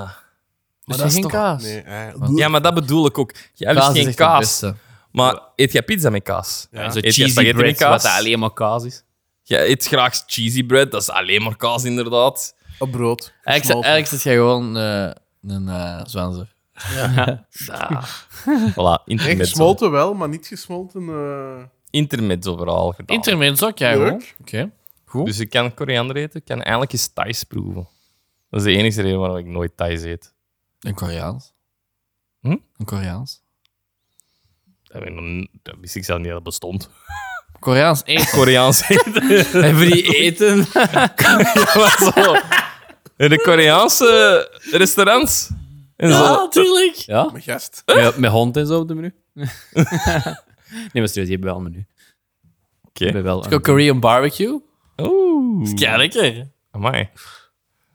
Maar dat is geen toch- kaas. Nee, eh, Ja, maar dat bedoel ik ook. Jij lust Kaas is geen echt het kaas. beste. Maar eet jij pizza met kaas? Ja. Zo Eet jij cheesy spaghetti met bread, kaas? wat dat alleen maar kaas is. Jij eet graag cheesy bread, dat is alleen maar kaas inderdaad. op brood. Eigenlijk, Gesmolten. eigenlijk zit jij gewoon eh, een eh zwanzer. Voilà, Echt intermezzo. gesmolten wel, maar niet gesmolten... eh, Intermezzo verhaal gedaan. Intermens ook, jij hoor. Oké. Leuk. Dus ik kan koriander eten, ik kan eigenlijk eens Thais proeven. Dat is de enige reden waarom ik nooit Thais eet. Een Koreaans. Hm? Een Koreaans. Dat, heb ik nog n- dat wist ik zelf niet dat dat bestond. Koreaans eten. Koreaans eten. Hebben die eten? Ja, maar zo. In de Koreaanse restaurants. En Ah, zo. natuurlijk. Ja, Mijn gast. met, met hond en zo op de menu. nee, maar serieus, je hebt wel een menu. Oké. Je hebt wel een- Korean barbecue. Oeh. Kei lekker. Amai.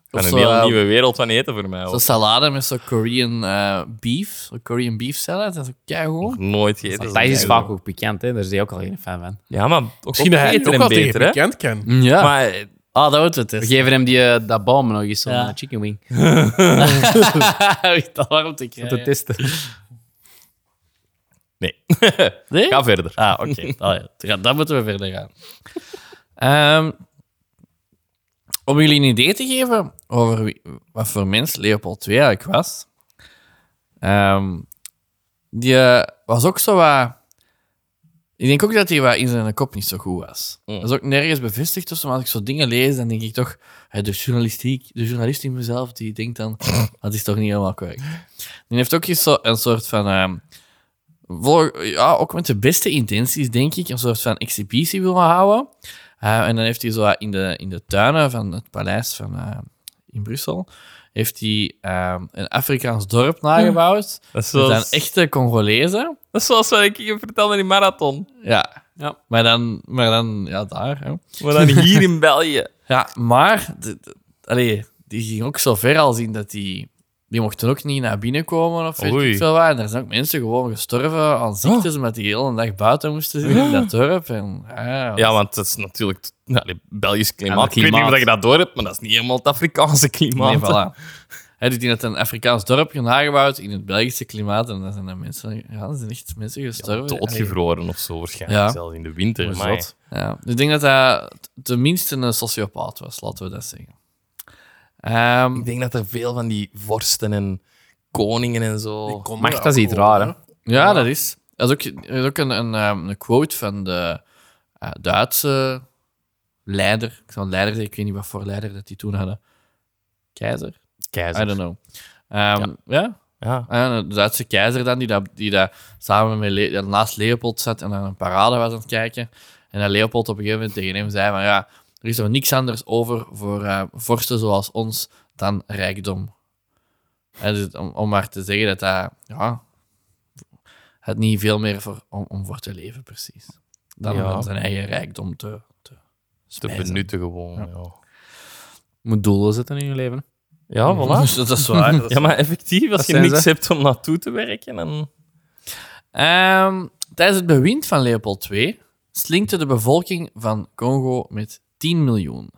Dat is zo, een hele eh, nieuwe wereld van eten voor mij. Zo'n hoor. salade met zo'n Korean eh, beef. Zo'n Korean beef salad. Dat is ook keigoed. Nooit gegeten. Thijs is vaak ook bekend, hè. daar is hij ook al geen fan van. Ja, maar ook Misschien dat hij het beter ook en wel beter, tegen hè? bekend kan. Ja. Maar eh, ah, dat wordt het We dus. geven hem die, eh, dat bom nog eens, zo'n Ja. eh, chicken wing, dat waarom te om te krijgen. testen. nee. Nee? Ga verder. Ah, oké. Ah, ja. Ja, Dan moeten we verder gaan. Ehm, om jullie een idee te geven over wie- wat voor mens Leopold II eigenlijk was. ehm, die eh, was ook zo wat... Ik denk ook dat hij wat in zijn kop niet zo goed was. Mm. Dat is ook nergens bevestigd of zo, maar als ik zo dingen lees, dan denk ik toch... eh, De, journalistiek, de journalist in mezelf, die denkt dan... Dat is toch niet helemaal correct. Die heeft ook eens zo een soort van... ehm, vol- ja, ook met de beste intenties, denk ik, een soort van exhibitie wil houden. Eh, en dan heeft hij zo in de, in de tuinen van het paleis van, eh, in Brussel heeft hij ehm, een Afrikaans dorp nagebouwd. Dat is Dat zoals, zijn echte Congolezen. dat is zoals wat ik je vertelde in die marathon. Ja. Ja. Maar dan, maar dan ja, daar. Hè. Maar dan hier in België. Ja, maar de- de- allee, die ging ook zo ver al zien dat die... Die mochten ook niet naar binnen komen of weet Oei. ik veel wat. En er zijn ook mensen gewoon gestorven aan ziektes, omdat die heel een dag buiten moesten zitten in dat dorp. En, ja, Ja, want dat is natuurlijk t- ja, die Belgisch klimaat. dat Ik weet niet klimaat. of je dat door hebt, maar dat is niet helemaal het Afrikaanse klimaat. Nee, voilà. Hij doet in het een Afrikaans dorpje nagebouwd in het Belgische klimaat. En daar zijn dan mensen, ja, er zijn echt mensen gestorven. Doodgevroren of zo, waarschijnlijk. Ja. Zelfs in de winter. Allee, Maar zot. Ja, ik denk dat hij t- tenminste een sociopaat was, laten we dat zeggen. Ehm, ik denk dat er veel van die vorsten en koningen en Oh, zo... Macht, dat is iets raar, hè? ja, dat is. Dat is ook, er is ook een, een, ehm, een quote van de eh, Duitse leider. Ik zal leider zeggen, ik weet niet wat voor leider dat die toen hadden. Keizer? I Keizer. don't know. Ehm, ja, Ja. Ja, de Duitse keizer dan, die, dat, die dat samen met Le- dat naast Leopold zat en aan een parade was aan het kijken. En dat Leopold op een gegeven moment tegen hem zei van ja, er is nog niks anders over voor eh, vorsten zoals ons dan rijkdom. En dus om, om maar te zeggen dat dat, ja, het niet veel meer voor, om, om voor te leven precies. Dan Ja. om zijn eigen rijkdom te, te, Te spijzen. benutten gewoon, ja. Moet doelen zetten in je leven. Ja, Oh, voilà. Dus dat is waar. dat is Mm. Ja, maar effectief, als Dat je zijn niks ze. hebt om naartoe te werken, dan... Ehm, tijdens het bewind van Leopold II slinkte de bevolking van Congo met 10 miljoen.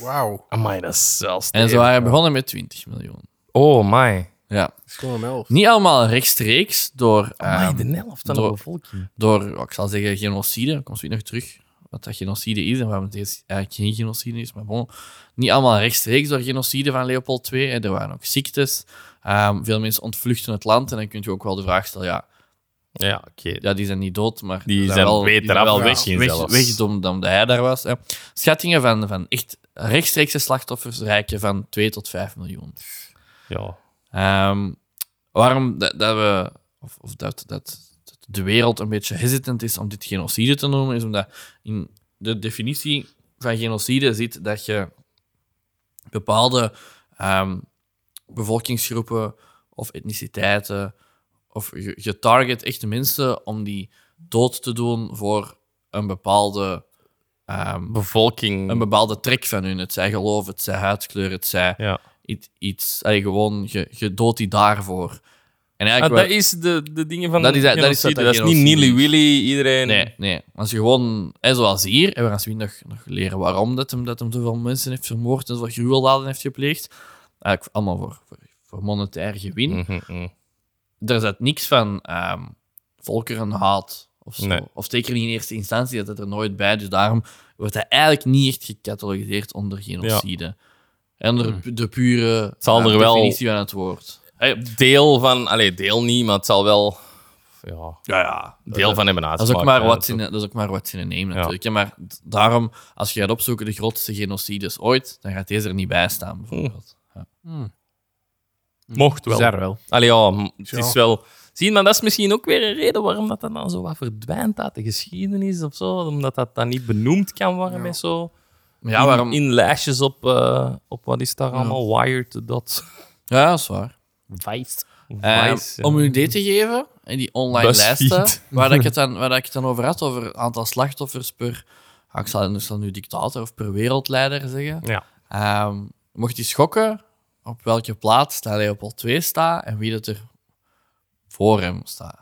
Wauw. Amai, dat is zelfs... te En ze even. waren begonnen met 20 miljoen. Oh, my. Ja. Dat is gewoon een elf. Niet allemaal rechtstreeks door, Amai, ehm, de helft van de door- bevolking. door ik zal zeggen, genocide. Ik kom zo nog terug wat dat genocide is en waarom het eerst eigenlijk geen genocide is. Maar bon, niet allemaal rechtstreeks door genocide van Leopold II. hè. Er waren ook ziektes. Ehm, veel mensen ontvluchten het land. En dan kun je ook wel de vraag stellen, ja, Ja, oké. ja, die zijn niet dood, maar Die zijn beter die zijn af, wel ja. weg, misschien weg, zelfs. weg dan, dan dat hij daar was. Hè. Schattingen van, van echt rechtstreekse slachtoffers reiken van 2 tot 5 miljoen. Ja. Ehm, waarom dat, dat we, of, of dat, dat, dat de wereld een beetje hesitant is om dit genocide te noemen, is omdat in de definitie van genocide zit dat je bepaalde ehm, bevolkingsgroepen of etniciteiten of je, je target echte mensen om die dood te doen voor een bepaalde, ehm, Bevolking. een bepaalde trek van hun. Het zij geloof, het zij huidskleur, het zij ja. iets, iets allee, gewoon, je, je doodt die daarvoor. En Ah, eigenlijk dat wel- is de, de dingen van Dat is- dat is wat genocide. dat dat is niet genocide Nilly is. Willy, iedereen. nee, nee, als je gewoon, hè, zoals hier, en we gaan zien nog, nog leren waarom dat hem, dat hem zoveel mensen heeft vermoord en zoveel gruweldaden heeft gepleegd. Eigenlijk allemaal voor, voor, voor monetair gewin. Mhm, mhm. Daar zat niks van ehm volkerenhaat of zo. Nee. Of zeker niet in eerste instantie, dat het er nooit bij. Dus daarom wordt hij eigenlijk niet echt gecatalogiseerd onder genocide. En onder de pure Hm. zal eh, er wel- definitie van het woord. Deel van, allee, deel niet, maar het zal wel ja, Ja, ja. deel van hebben Dat is, ook uitgemaakt, maar hè. wat in, dat is ook maar wat in neem natuurlijk. hè. maar d- daarom, als je gaat opzoeken de grootste genocides ooit, dan gaat deze er niet bij Hm. staan, bijvoorbeeld. Ja. Mocht wel. Bizar wel. Allee, ja, m- het Tja. is wel... Zie, je, maar dat is misschien ook weer een reden waarom dat, dat dan zo wat verdwijnt uit de geschiedenis of zo. Omdat dat dan niet benoemd kan worden met zo... Maar ja, in- waarom... In, lijstjes op, eh, op wat is daar allemaal, Wired, dat... Ja, dat is waar. Vice. Ehm, ja. om u een idee te geven, in die online Buzzfeed. lijsten, waar, dat ik, het dan, waar dat ik het dan over had, over het aantal slachtoffers per... ah, ik, zal, ik zal nu dictator of per wereldleider zeggen. Ja. Ehm, mocht je schokken op welke plaats dat Leopold 2 staat en wie dat er voor hem staat.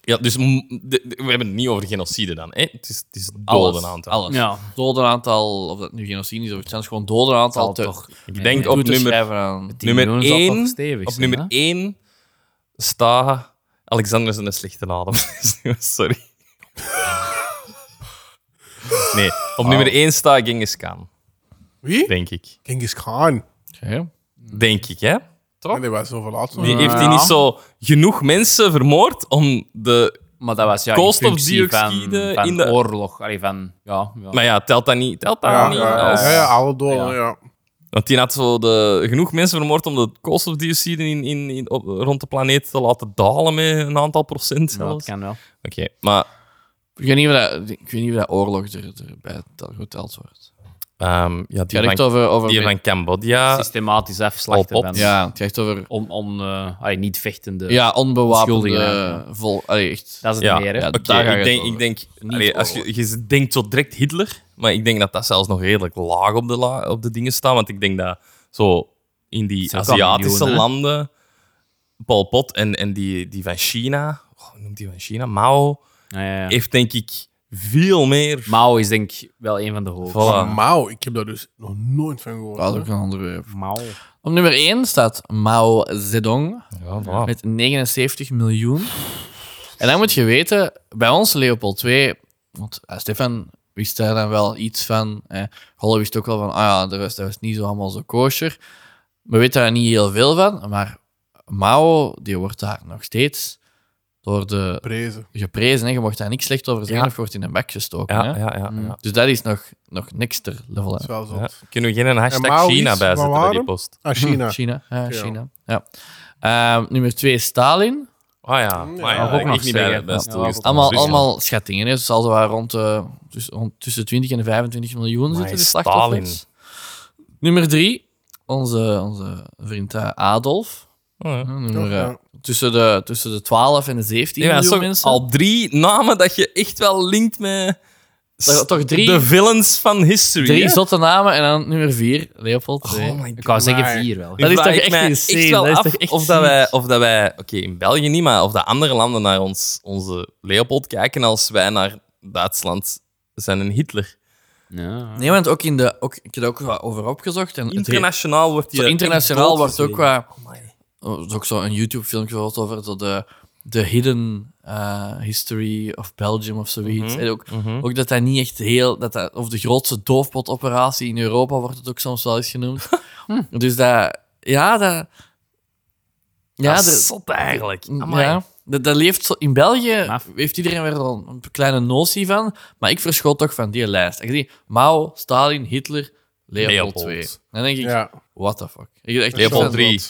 Ja, dus m- de- de- we hebben het niet over genocide dan. Hè? Het is, het is Alles, doden aantal. Alles. Ja. dodenaantal, of dat nu genocide is of iets anders, gewoon dodenaantal Zal te, toch Ik denk toe op te nummer schrijven aan. Nummer één, stevig Op zijn, nummer hè? 1 staat Alexander zijn een slechte adem. Sorry. Nee, op nummer 1 staat Genghis Khan, Wie? denk ik. Genghis Khan. Oké. Denk ik, hè? En die was over laatst. Die heeft hij niet zo genoeg mensen vermoord om de... Maar dat was ja Koolstofdioxide in functie van, van in de- oorlog. Allee, van... Ja, ja. Maar ja, telt dat niet, telt dat Ja, niet ja, als- ja, ja, alle door, ja. Want die had zo de, genoeg mensen vermoord om de koolstofdioxide in, in, in, op- rond de planeet te laten dalen met een aantal procent Ja, dat zelfs. Oké, kan wel. maar Ik weet niet of dat, ik weet niet of dat oorlog er, erbij tel- geteld wordt. Ehm, ja, Het die, gaat echt van, over... over die van Cambodja. Systematisch afslachten Al van popt. ja, het gaat echt over on, on, eh, allee, niet vechtende. ja, onbewapende Schuldigen, ja. vol... Allee, echt. Dat is het Ja. meer, hè? Ja, Oké, daar gaat ik het denk, over. ik denk allee, als je, je denkt zo direct Hitler, maar ik denk dat dat zelfs nog redelijk laag op de, la- op de dingen staat. Want ik denk dat zo in die Zijn ook al Aziatische miljoenen, hè? landen, Pol Pot en, en die, die van China, oh, hoe noemt die van China? Mao, Ja, ja, ja. heeft denk ik veel meer. Mao is denk ik wel een van de hoogste. Voilà. Mauw, ik heb daar dus nog nooit van gehoord. Dat is hoor. ook een onderwerp. Mao. Op nummer 1 staat Mao Zedong Ja, voilà. met 79 miljoen. En dan moet je weten, bij ons Leopold 2, want eh, Stefan wist daar dan wel iets van. Eh, Holle wist ook wel van, ah ja, de rest dat was niet zo allemaal zo kosher. We weten daar niet heel veel van, maar Mao, die wordt daar nog steeds door de Prezen. geprezen. Hè. Je mocht daar niks slecht over zeggen Ja. of je wordt in een bak gestoken. Ja, hè. ja, Mm. ja, ja. Dus dat is nog, nog niks ter level. Dat is wel zo. Ja. Kunnen we geen hashtag En Mao is China bijzetten van bij die waar? post? Ah, China. Hm, China. Ja, Ja. China. Ja. Ehm, nummer 2 Stalin. Ah ja, Ja, maar ja, wou ik ik ook nog niet bij- zeggen. bij Ja, stilgestaan. wou ik Dus ja. ook Allemaal, allemaal schattingen. Hè. Dus zal ze waar rond, eh, dus rond tussen 20 en 25 miljoen zitten, de Stalin. slachtoffers. Nummer 3, onze, onze vriend eh, Adolf. Oh, ja. Hm, Nummer, Ja. eh, tussen, de, tussen de 12 en de 17 Ja, maar dat is miljoen toch mensen. al drie namen dat je echt wel linkt met Toch- toch drie- de villains van history. Drie hè? zotte namen en dan nummer 4, Leopold. twee. Oh my Ik wou zeggen Maar- vier wel. dat is Ik toch vraag echt mij insane, wel dat is af toch echt of dat wij, of dat wij oké, in België niet, maar of dat andere landen naar ons, onze Leopold kijken als wij naar Duitsland zijn een Hitler. Ja. Nee, want ook in de. Ook, ik heb er ook wat over opgezocht. En het- Internationaal wordt zo eh, die internationaal wordt wel. ook qua. Oh, Er is ook zo een YouTube-filmpje gehoord over zo de, de hidden eh, history of Belgium of zoiets. Mhm. En ook, ook dat dat niet echt heel... Dat dat, of de grootste doofpotoperatie in Europa wordt het ook soms wel eens genoemd. Hm. dus dat... Ja, dat... Ja, Ja, dat er- is zot eigenlijk. Amai. ja dat, dat leeft zo, in België Maf. heeft iedereen weer al een kleine notie van, maar ik verschoot toch van die lijst. Ik zie Mao, Stalin, Hitler, Leopold, Leopold. 2. Dan denk ik, Ja. what the fuck. Ik echt Leopold van- drie.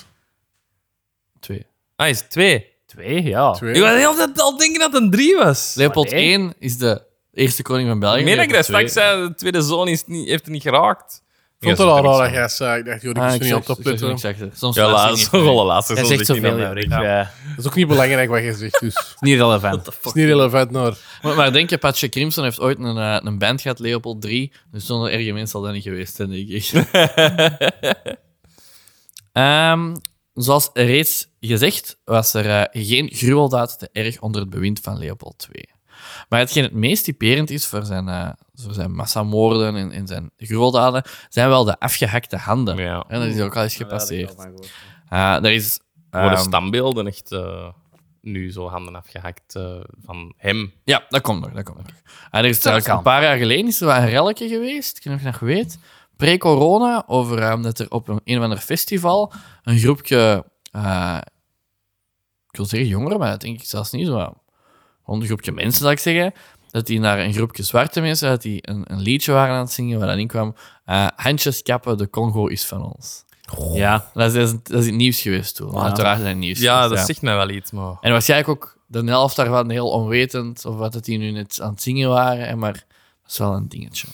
Twee. Ah, is het twee. Twee, ja. Ik was Twee. de hele tijd al denken dat het een drie was. Leopold Maar nee. 1 is de eerste koning van België. Ik meen dat ik dat Leopold straks II. zei, de tweede zoon is niet, heeft het niet geraakt. Ik vond het al raar dat jij zei. Ik dacht, joh, ik Ah, dus is ik er niet zag- aan het ik zag- opletten. ik zag het. Soms Ja, luister ik laatste, niet. gewoon de laatste. Hij zoon zegt is niet zoveel, aan mij. Jorik. Ja. Dat is ook niet belangrijk wat jij zegt, dus. Het Niet relevant. is niet relevant, hoor. Maar, maar denk je, Patrick Crimson heeft ooit een, eh, een band gehad, Leopold 3. Dus zonder erge mens zal dat niet geweest zijn, denk ik. Ehm, zoals reeds gezegd, was er eh, geen gruweldaad te erg onder het bewind van Leopold II. Maar hetgeen het meest typerend is voor zijn, eh, voor zijn massamoorden en, en zijn gruweldaden, zijn wel de afgehakte handen. Ja. En dat is hier ook al eens gepasseerd. Ah, er is... Worden ehm, standbeelden echt eh, nu zo handen afgehakt eh, van hem. Ja, dat komt nog, dat komt nog. En er is trouwens kan. een paar jaar geleden is er wel een relletje geweest, ik weet niet of je nog weet, pre-corona, over ehm, dat er op een, een of ander festival een groepje, eh, ik wil zeggen jongeren, maar dat denk ik zelfs niet, maar gewoon een groepje mensen, zou ik zeggen, dat die naar een groepje zwarte mensen, dat die een, een liedje waren aan het zingen, waar dan in kwam, eh, handjes kappen, de Congo is van ons. Ja. Dat is, dat is, dat is het nieuws geweest toen, uiteraard is dat nieuws Ah, Ja, geweest, dat zegt mij wel iets, maar... en waarschijnlijk ook de helft daarvan heel onwetend of wat het die nu net aan het zingen waren. en Maar dat is wel een dingetje.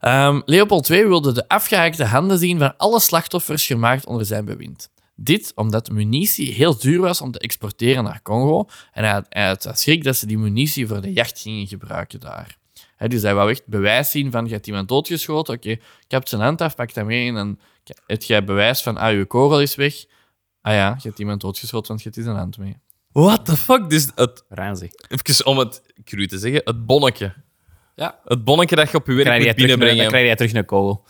Ehm, Leopold II wilde de afgehaakte handen zien van alle slachtoffers gemaakt onder zijn bewind. Dit omdat munitie heel duur was om te exporteren naar Congo. En hij had, hij had schrik dat ze die munitie voor de jacht gingen gebruiken daar. Hè, dus hij wou echt bewijs zien van, je hebt iemand doodgeschoten, oké, ik heb zijn hand af, pak dat mee en dan heb jij bewijs van, ah, je korrel is weg. Ah ja, je hebt iemand doodgeschoten, want je hebt zijn hand mee. What the fuck? Dus het, Ranzig. even om het cru te zeggen, het bonnetje. Ja. Het bonnetje dat je op je eh, werk Krijg jij moet terug een- Dan binnenbrengen. krijg jij terug een kogel.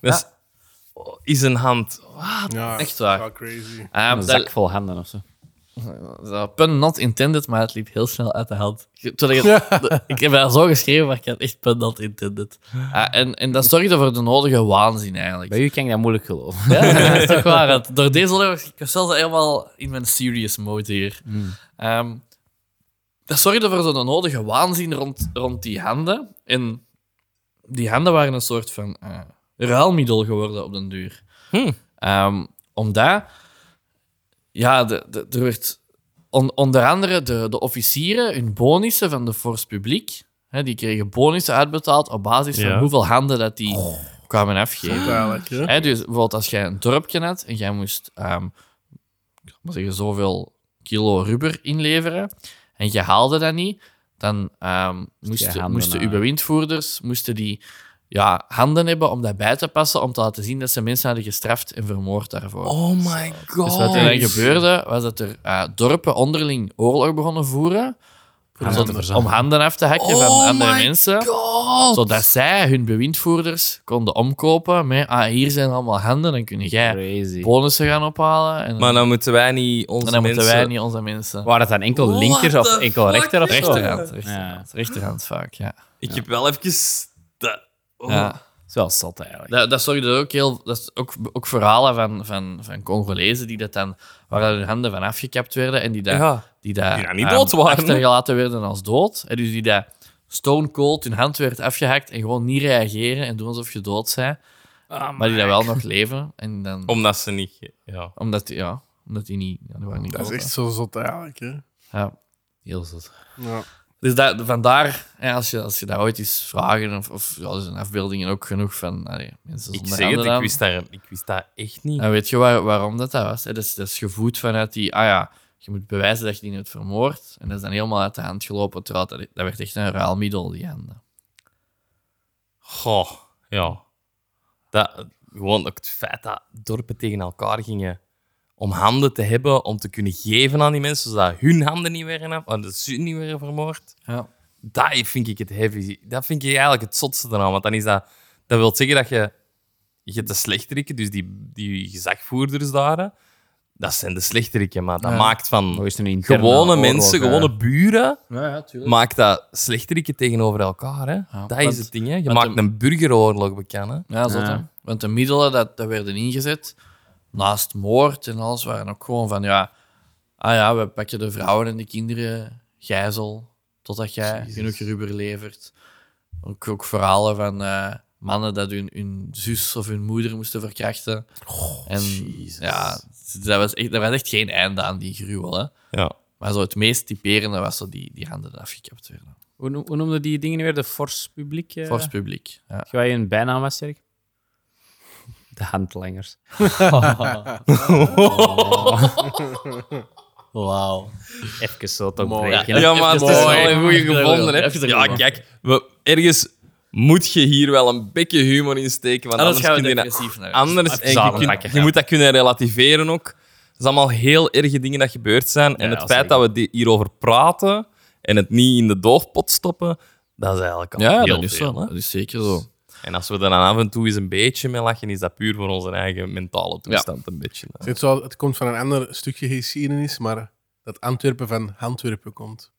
Dat is, oh, is een hand. Ja, Ah, Echt waar. Wel crazy. Ah, Een dat- zak vol handen of zo. Zo, pun not intended, maar het liep heel snel uit de hand. Toen ik, het- ik heb dat zo geschreven, maar ik had echt pun not intended. Ah, en, en dat zorgde voor de nodige waanzin eigenlijk. Bij u kan ik dat moeilijk geloven. Ja, dat is toch waar. Het- Door deze oorlog, ik was zelfs helemaal in mijn serious mode hier. Ehm, dat zorgde voor zo'n nodige waanzin rond, rond die handen. En die handen waren een soort van eh, ruilmiddel geworden op den duur. Ehm, omdat, ja, de, de- er werd On- onder andere de, de officieren, hun bonussen van de Force Publiek. Hè, die kregen bonussen uitbetaald op basis van Ja. hoeveel handen dat die kwamen afgeven. Dadelijk, hè? Hè, dus bijvoorbeeld als jij een dorpje had en jij moest ehm, ik zal maar zeggen, zoveel kilo rubber inleveren en je haalde dat niet, dan ehm, jij moesten, handen moesten uw naar- bewindvoerders moesten die ja, handen hebben om dat bij te passen, om te laten zien dat ze mensen hadden gestraft en vermoord daarvoor. Oh my god. Dus wat er dan gebeurde, was dat er eh, dorpen onderling oorlog begonnen voeren. Ah, Handen te om- verzamelen. om handen af te hakken van Oh andere my mensen. God. Zodat zij hun bewindvoerders konden omkopen met ah, hier zijn allemaal handen, dan kun jij Crazy. bonussen gaan ophalen. En, Maar dan moeten wij niet onze en dan moeten mensen... wij niet onze mensen... Waren het dan enkel What linker the of enkel fuck, rechter of zo? Rechterhand, Ja, rechterhand, rechterhand vaak, ja. Ik heb wel even... dat- oh. ja. dat is wel zot eigenlijk. Dat, dat zorgde er ook heel... Dat is ook, ook verhalen van, van, van Congolezen die dat dan... Waar hun handen van afgekapt werden en die dat... Ja. die daar Die daar niet ehm, dood waren, hè? achtergelaten werden als dood. En dus die daar stone cold hun hand werd afgehakt en gewoon niet reageren en doen alsof je dood bent. Ah, maar die daar wel nog leven. En dan, Omdat ze niet... Ja. omdat, die- ja, omdat die niet... Ja, die waren niet Dat is dood, echt zo zot eigenlijk, hè? hè. Ja, heel zot. Ja. Dus dat, vandaar, hè, als, je, als je daar ooit eens vragen, of, of ja, er zijn afbeeldingen ook genoeg van allee, mensen Ik zonder zeg het, handen ik aan. wist, daar, ik wist dat echt niet. Dan weet je waar- waarom dat, dat was. Hè? Dat, is, dat is gevoed vanuit die, ah ja, je moet bewijzen dat je die hebt vermoord. En dat is dan helemaal uit de hand gelopen. Terwijl dat, dat werd echt een ruilmiddel, die handen. Goh, ja. Dat, gewoon ook het feit dat dorpen tegen elkaar gingen om handen te hebben, om te kunnen geven aan die mensen, zodat hun handen niet werden, af- oh, dat ze hun niet werden vermoord. Ja. Dat vind ik het heavy. Dat vind ik eigenlijk het zotste eraan, want dan is dat... Dat wil zeggen dat je... Je hebt de slechterikken, dus die, die gezagvoerders daar, hè, dat zijn de slechterikken, maar dat maakt Hoe van is het een interne gewone oorlog, mensen, eh? gewone buren, oh, Ja, ja, tuurlijk. maakt dat slechterikken tegenover elkaar. Hè? dat want- is het ding. Hè? Je want maakt de- een burgeroorlog bekend. Hè? Ja, zot, hè. Ja. Want de middelen dat, dat werden ingezet, naast moord en alles, waren ook gewoon van, ja, ah ja, we pakken de vrouwen en de kinderen gijzel, totdat jij genoeg rubber levert. Ook, ook verhalen van eh, mannen dat hun, hun zus of hun moeder moesten verkrachten. en ja, dat was, echt, dat was echt geen einde aan die gruwel, hè. Ja. Maar zo het meest typerende was zo die, die handen die afgekapt werden. Hoe, noem- hoe noemden die dingen weer? De Force Publiek? eh? Voor het publiek. Ja. Ga je een bijnaam was, Dirk? De handlangers. Wauw. Even zo te breken. Ja, maar het is Mooi. wel een goede gevonden. Hè? Even Ja, erover. kijk, we, ergens moet je hier wel een beetje humor in steken. Want Anders anders, gaan we kun je dat- depressief naar huis. anders en je, Zaden kun- pakken, je moet dat kunnen relativeren ook. Het is allemaal heel erge dingen dat gebeurd zijn. en het ja, feit dat we di- hierover praten en het niet in de doofpot stoppen, dat is eigenlijk al Ja, heel dat is veel, zo. hè. Dat is zeker zo. En als we er dan af en toe eens een beetje mee lachen, is dat puur voor onze eigen mentale toestand een beetje. hè. Het, zo, het komt van een ander stukje geschiedenis, maar dat Antwerpen van Antwerpen komt.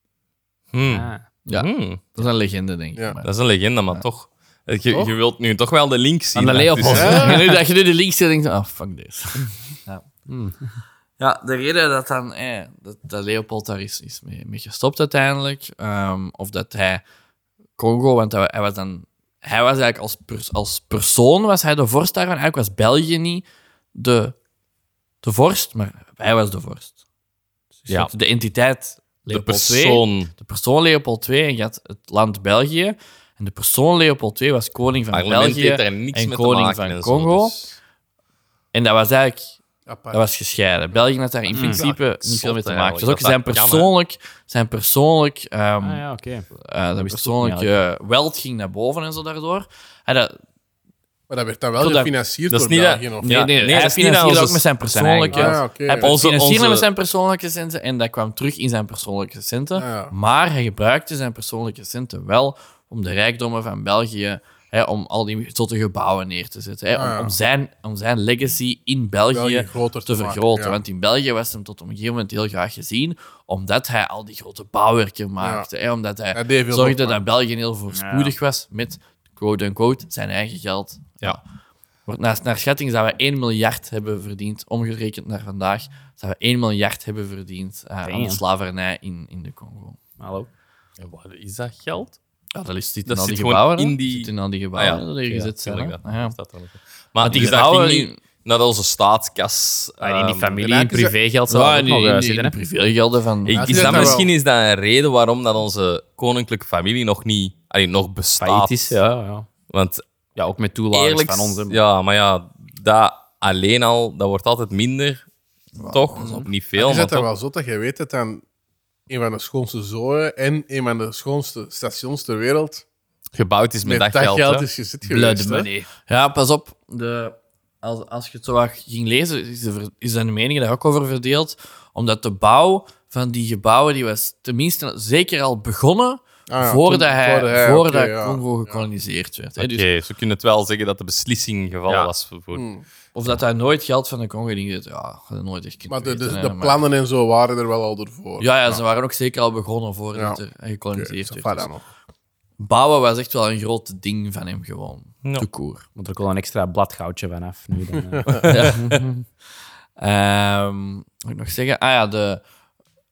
Hmm. Ah. Ja. Hmm. Dat is een legende, denk ik. Ja. maar. Dat is een legende, maar toch. Eh, Je, je wilt nu toch wel de link zien. de hè, Leopold. tussen- En nu dat je nu de link zet, denk je, ah, fuck this. Ja. Hmm. ja, de reden dat, dan, eh, dat, dat Leopold daar is, is mee, mee gestopt uiteindelijk, ehm, of dat hij Congo, want hij, hij was dan... Hij was eigenlijk als, pers- als persoon was hij de vorst daarvan. Eigenlijk was België niet de, de vorst, maar hij was de vorst. Dus je Ja. had de entiteit De Leopold II. persoon. de persoon Leopold II en je had het land België. En de persoon Leopold II was koning van Parlement België heeft daar niks en mee te koning maken van en zo, Congo. dus- En dat was eigenlijk dat Apart. was gescheiden. België had daar in principe niet Mm. zot veel mee te maken. eigenlijk, Dus ook dat dat zijn kan, hè. persoonlijk, zijn persoonlijk, ehm Ah, ja, oké. eh, zijn wist ik persoonlijke niet weld ging naar boven en zo daardoor. Hij dat, Maar dat werd dan wel Klopt, dat- gefinancierd dat is door niet dat- België, of nee, niet? nee, hij dat is niet aan financierde onze- ook met zijn zijn persoonlijke... eigen Ah, oké. Hij Onze- financierde onze- met zijn persoonlijke centen en dat kwam terug in zijn persoonlijke centen. Ah, ja. Maar hij gebruikte zijn persoonlijke centen wel om de rijkdommen van België, hè, om al die zotte gebouwen neer te zetten. Hè, om, Ah, ja. om, zijn, om zijn legacy in België, België groter groter te, te maken, vergroten. ja. Want in België was hem tot op een gegeven moment heel graag gezien, omdat hij al die grote bouwwerken maakte. Hè, omdat hij, Hij deed veel zorgde op, dat België heel voorspoedig was met, quote-unquote, zijn eigen geld. Ja. Wordt naar, naar schatting zouden we 1 miljard hebben verdiend, omgerekend naar vandaag, zouden we 1 miljard hebben verdiend eh, aan de Damn. slavernij in, in de Congo. Hallo. En waar is dat geld? Ja, dat is, zit in Dat al die zit gewoon gebouwen. in hè? die- Zit in al die Ah gebouwen ja, dat er oké, gezet ja, zijn. hè? tuurlijk, dat- Ja. dat staat er ook. Maar die dus dat gebouwen ging niet- in- naar onze staatskas. in Ah, die Ehm, familie, en in eigenlijk is dat- privégeld zou dat ook nog eh, zitten. hè. privégelden van... Ik- Ja, is dat dat wel. misschien is dat een reden waarom dat onze koninklijke familie nog niet allee, nog bestaat? Failliet is, ja, ja. Want Ja, ook met toelagers eerlijk, van ons. hè. ja, maar ja, dat alleen al, dat wordt altijd minder. toch? Niet veel, is maar het dan toch. wel zo dat je weet dat dan een van de schoonste zoren en een van de schoonste stations ter wereld gebouwd is met, met dat geld. geld, hè. is gezet geweest. hè? Ja, pas op. De, als, als je het zo wat ging lezen, is de, ver- is de meningen daar ook over verdeeld. Omdat de bouw van die gebouwen, die was tenminste zeker al begonnen Ah ja, voordat, toen- hij, hij- voordat oké, ja. Congo gekoloniseerd werd. hè. Oké, Dus ze kunnen het wel zeggen dat de beslissing gevallen Ja. was voor. voor- Hmm. of dat hij nooit geld van de Congo ging eten, ja, had nooit echt kunnen Maar de, de, weten, hè, de maar- plannen en zo waren er wel al door voor. Ja, ja, ze waren ook zeker al begonnen voordat Ja. er gekoloniseerd Oké, werd. dat Dus nog. bouwen was echt wel een groot ding van hem gewoon. Ja. Tout court. Want er komt een extra bladgoudje vanaf. Nu dan, eh. Ja. Ehm, wat moet ik nog zeggen? Ah ja, de,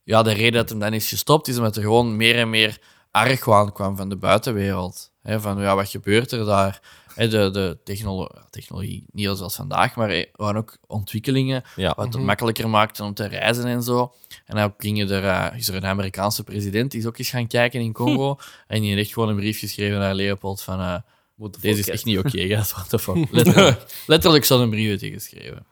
ja, de reden dat hem dan is gestopt is omdat er gewoon meer en meer argwaan kwam van de buitenwereld. Hè, van ja, wat gebeurt er daar? Hè, de de technolo- technologie, niet zoals vandaag, maar er waren ook ontwikkelingen Ja. wat het makkelijker maakte om te reizen en zo. En dan gingen er, eh, is er een Amerikaanse president die is ook eens gaan kijken in Congo. En die heeft echt gewoon een brief geschreven naar Leopold van... eh, deze is echt niet oké, gast. What the fuck. Letterlijk, letterlijk zo'n brief heeft hij geschreven.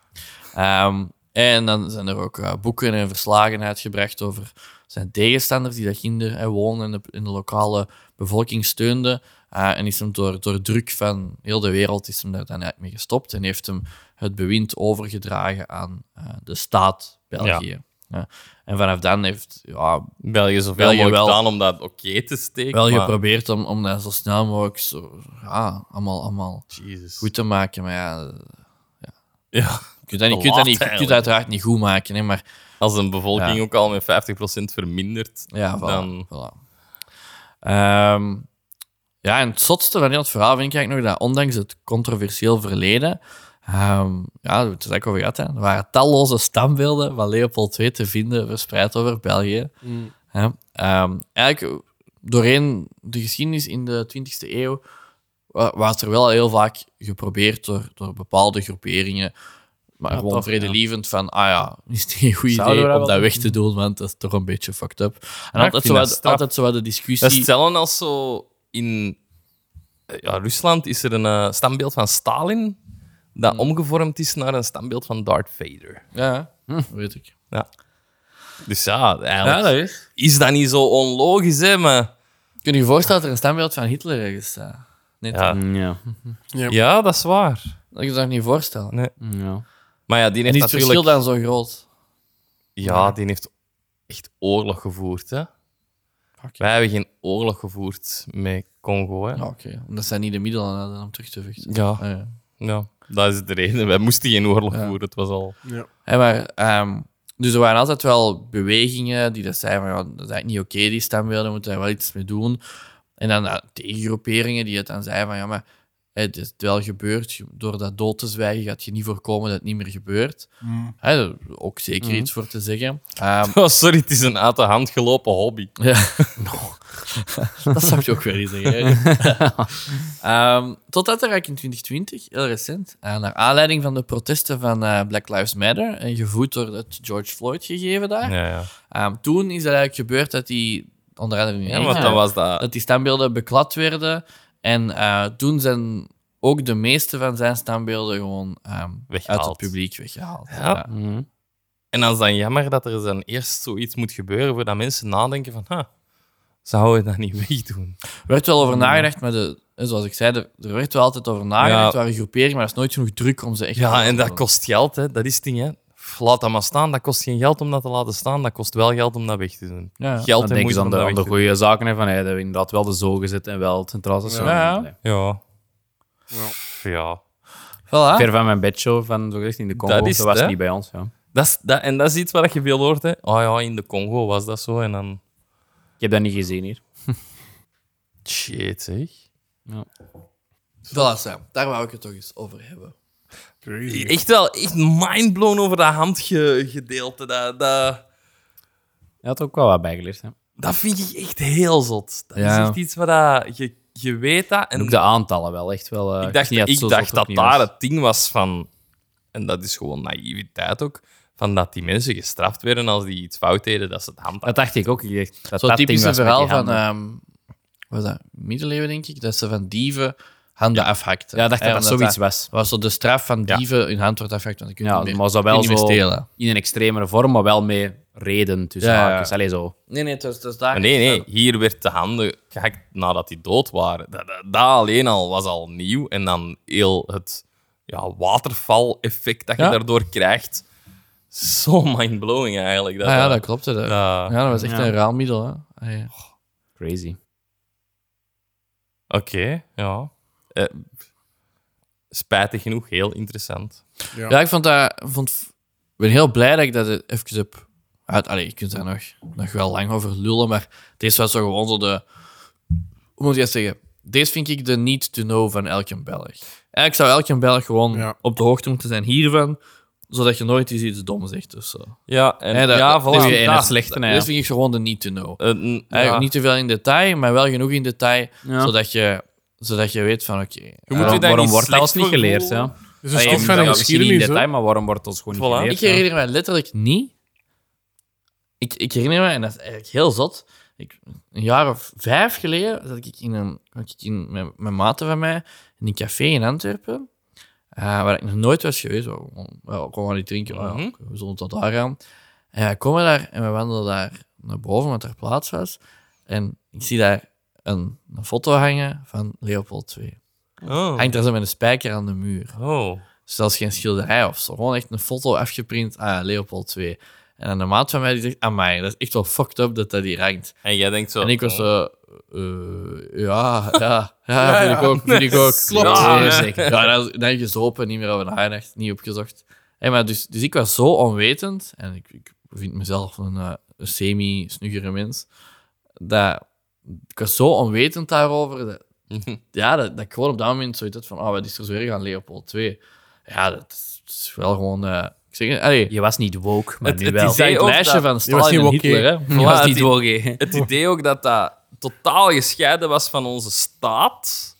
Ehm, en dan zijn er ook eh, boeken en verslagen uitgebracht over zijn tegenstanders die dat kinder en wonen en de, en de lokale bevolking steunden. Eh, en is hem door, door druk van heel de wereld is hem daar dan uit mee gestopt en heeft hem het bewind overgedragen aan eh, de staat België. Ja. En vanaf dan heeft ja, België zoveel België mogelijk wel. gedaan om dat oké te steken. wel maar- geprobeerd om, om dat zo snel mogelijk zo, ja, allemaal, allemaal Jezus. goed te maken. Maar ja, eh, Ja. je kunt dat, niet, je kunt Laat dat, niet, je kunt dat eigenlijk. uiteraard niet goed maken. Hè, maar Als een bevolking Ja. ook al met 50% vermindert, ja, voilà, dan... voilà. Ehm, ja, en het zotste van heel het verhaal vind ik eigenlijk nog dat ondanks het controversieel verleden, ehm, ja, het is eigenlijk over gehad, hè, er waren talloze standbeelden van Leopold II te vinden verspreid over België. Hè? Ehm, eigenlijk doorheen de geschiedenis in de 20e eeuw wa- was er wel heel vaak geprobeerd door, door bepaalde groeperingen. Maar gewoon toch, vredelievend van, ah ja, is het een goed Zouden we idee dat om wel dat weg te doen, want dat is toch een beetje fucked up. En ik altijd, vind zo dat wat- straf. altijd zo wat de Dat is discussie... hetzelfde als zo in eh, ja, Rusland is er een eh, standbeeld van Stalin dat Hmm. omgevormd is naar een standbeeld van Darth Vader. Ja, hm, weet ik. Dus ja, eigenlijk is. is dat niet zo onlogisch, hè, maar... Kun je je voorstellen dat er een standbeeld van Hitler ergens staat? Nee, Ja. Mm, Ja. Ja, dat is waar. dat kan je dat niet voorstellen. Nee, Mm, ja. Maar ja, die en heeft is het natuurlijk... verschil dan zo groot? Ja, die heeft echt oorlog gevoerd, hè. Wij hebben geen oorlog gevoerd met Congo, hè. Ja, oké. Omdat zij niet de middelen hadden om terug te vechten. Ja. Ah, ja. Ja, dat is de reden. Wij moesten geen oorlog Ja. voeren. Het was al... Hè, maar, ehm, dus er waren altijd wel bewegingen die dat zeiden van, ja, dat is eigenlijk niet oké, die standbeelden, moeten daar wel iets mee doen. En dan eh, tegengroeperingen die het dan zeiden van, ja, maar het is wel gebeurd. Je- Door dat dood te zwijgen gaat je niet voorkomen dat het niet meer gebeurt. Hè, daar is ook zeker iets voor te zeggen. Ehm, Oh, sorry, het is een uit de hand gelopen hobby. ja. dat snap je ook weer niet zeggen. hè. Ehm, totdat er eigenlijk in 2020, heel recent, eh, naar aanleiding van de protesten van eh, Black Lives Matter, en gevoed door het George Floyd gegeven daar, Ja, ja. Ehm, toen is het eigenlijk gebeurd dat die, onder andere in ja want dan Engeland, was eh, dat... dat die standbeelden beklad werden. En eh, toen zijn ook de meeste van zijn standbeelden gewoon ehm, uit Weggehaald. het publiek weggehaald. Ja. Mm. En dan is dan jammer dat er dan eerst zoiets moet gebeuren voordat mensen nadenken van... Huh, zouden we dat niet wegdoen? Er werd wel over nagedacht, maar de, eh, zoals ik zei, er, er werd wel altijd over nagedacht. Ja. Er waren groeperingen, maar er is nooit genoeg druk om ze echt te Ja, en doen. dat kost geld, hè. Dat is het ding, hè. Laat dat maar staan. Dat kost geen geld om dat te laten staan. Dat kost wel geld om dat weg te doen. Ja, ja. Geld Dan en denken moeite ze aan om de, dat aan weg de te doen. goede zaken. Hè, van, hey, dat we inderdaad wel de zo gezet en wel het centraal station. Ja. Nee. Ja. Ja. Pff, ja. Voilà. Ver van mijn bedshow, van zo gezegd, in de Congo. Ah. Dat Dat, is het, was hè? niet bij ons. Ja. Dat is, dat, en dat is iets wat je veel hoort, hè. Oh ja, in de Congo was dat zo. En dan... Ik heb dat niet gezien hier. Shit, zeg. Voilà, Sam. Daar wou ik het toch eens over hebben. Crazy. Echt wel, echt mindblown over dat handgedeelte. Dat, dat, Je had ook wel wat bijgeleerd. Hè. dat vind ik echt heel zot. Dat Ja. is echt iets waar dat, je, je weet dat. En En ook de aantallen wel echt wel. eh, ik dacht, niet ik zo dacht zot dat opnieuw daar was. het ding was van... en dat is gewoon naïviteit ook, van dat die mensen gestraft werden als die iets fout deden, dat ze het handhaven. Dat dacht ik ook. Ik dacht, dat Zo'n dat ding typisch was met verhaal die van... handen. ehm wat was dat? Middeleeuwen, denk ik? Dat ze van dieven handen afhakten. ja, ik dacht Hè, dat dat omdat zoiets was. was zo de straf van dieven hun hand wordt afgehakt, want dan kun je Ja, niet meer, maar zo kun je wel niet meer zo stelen. in een extremere vorm, maar wel met reden tussen Ja, ja. haakjes. Allee, zo. Nee, nee, het was, het was daar. Nee, nee, hier werd de handen gehakt nadat die dood waren. Dat, dat, dat alleen al was al nieuw. En dan heel het ja, waterval-effect dat je Ja. daardoor krijgt. Zo mindblowing eigenlijk. Dat, eh, Ah, ja, dat- dat klopt. Dat, dat- ja, dat was echt Ja. een raal middel. Hè. Ah, ja. Crazy. Oké, ja. Eh, spijtig genoeg, heel interessant. Ja. Ja, ik vond dat... Vond, ik ben heel blij dat ik dat even heb... Uit, allee, je kunt daar nog, nog wel lang over lullen, maar deze was zo gewoon zo de... Hoe moet je dat zeggen? Deze vind ik de need-to-know van elke Belg. Eigenlijk zou elke Belg gewoon Ja. op de hoogte moeten zijn hiervan, zodat je nooit eens iets doms zegt of zo. Ja, en, Hè, dat- ja, dat- dat- voilà. dat- Dat- dat- Deze vind ik gewoon de need-to-know. eh, n- Eigenlijk ja. Niet te veel in detail, maar wel genoeg in detail, Ja. zodat, je, zodat je weet van oké. je moet je waarom daar waarom niet wordt dat ons slecht niet voor geleerd? voelen. Ja? Het is Dus een Ja, stuk je van moet- een ja, Misschien niet in geschiedenis, hè. detail, maar waarom wordt ons gewoon niet Voilà. geleerd? ik herinner mij letterlijk niet. Ik, ik herinner me, en dat is eigenlijk heel zot. Ik, een jaar of vijf geleden zat ik in een, zat ik in mijn, mijn maten van mij in een café in Antwerpen. eh, waar ik nog nooit was geweest. We gewoon maar niet drinken. maar ja, Mhm. we zullen tot daar gaan. En wij komen daar en we wandelen daar naar boven, want er plaats was. En ik zie daar een, een foto hangen van Leopold II. Oh. Hangt daar zo met een spijker aan de muur Oh. zelfs geen schilderij of zo. Gewoon echt een foto afgeprint. Ah, ja, Leopold II. En aan de maat van mij die zegt, amai, dat is echt wel fucked up dat dat die rankt. En jij denkt zo... en ik was oh. zo, eh, ja, ja, ja, vind ik ook, vind ik ook. Klopt. Ja, Ja, zeker. Ja, dan, dan heb je zopen, niet meer over nagedacht, niet opgezocht. Hé, maar dus, dus ik was zo onwetend, en ik, ik vind mezelf een, eh, een semi-snuggere mens, dat ik was zo onwetend daarover, dat, Mhm. ja, dat, dat ik gewoon op dat moment zoiets had van, ah, wat is er zo erg aan Leopold 2? Ja, dat is, dat is wel gewoon... eh, ik zeg, het, allee, Je was niet woke, maar Het- nu het wel. is zei het ook dat- lijstje Je van was Stalin niet en woke, Hitler, hè? Je was het niet i- woke. hè. Het idee ook dat dat totaal gescheiden was van onze staat,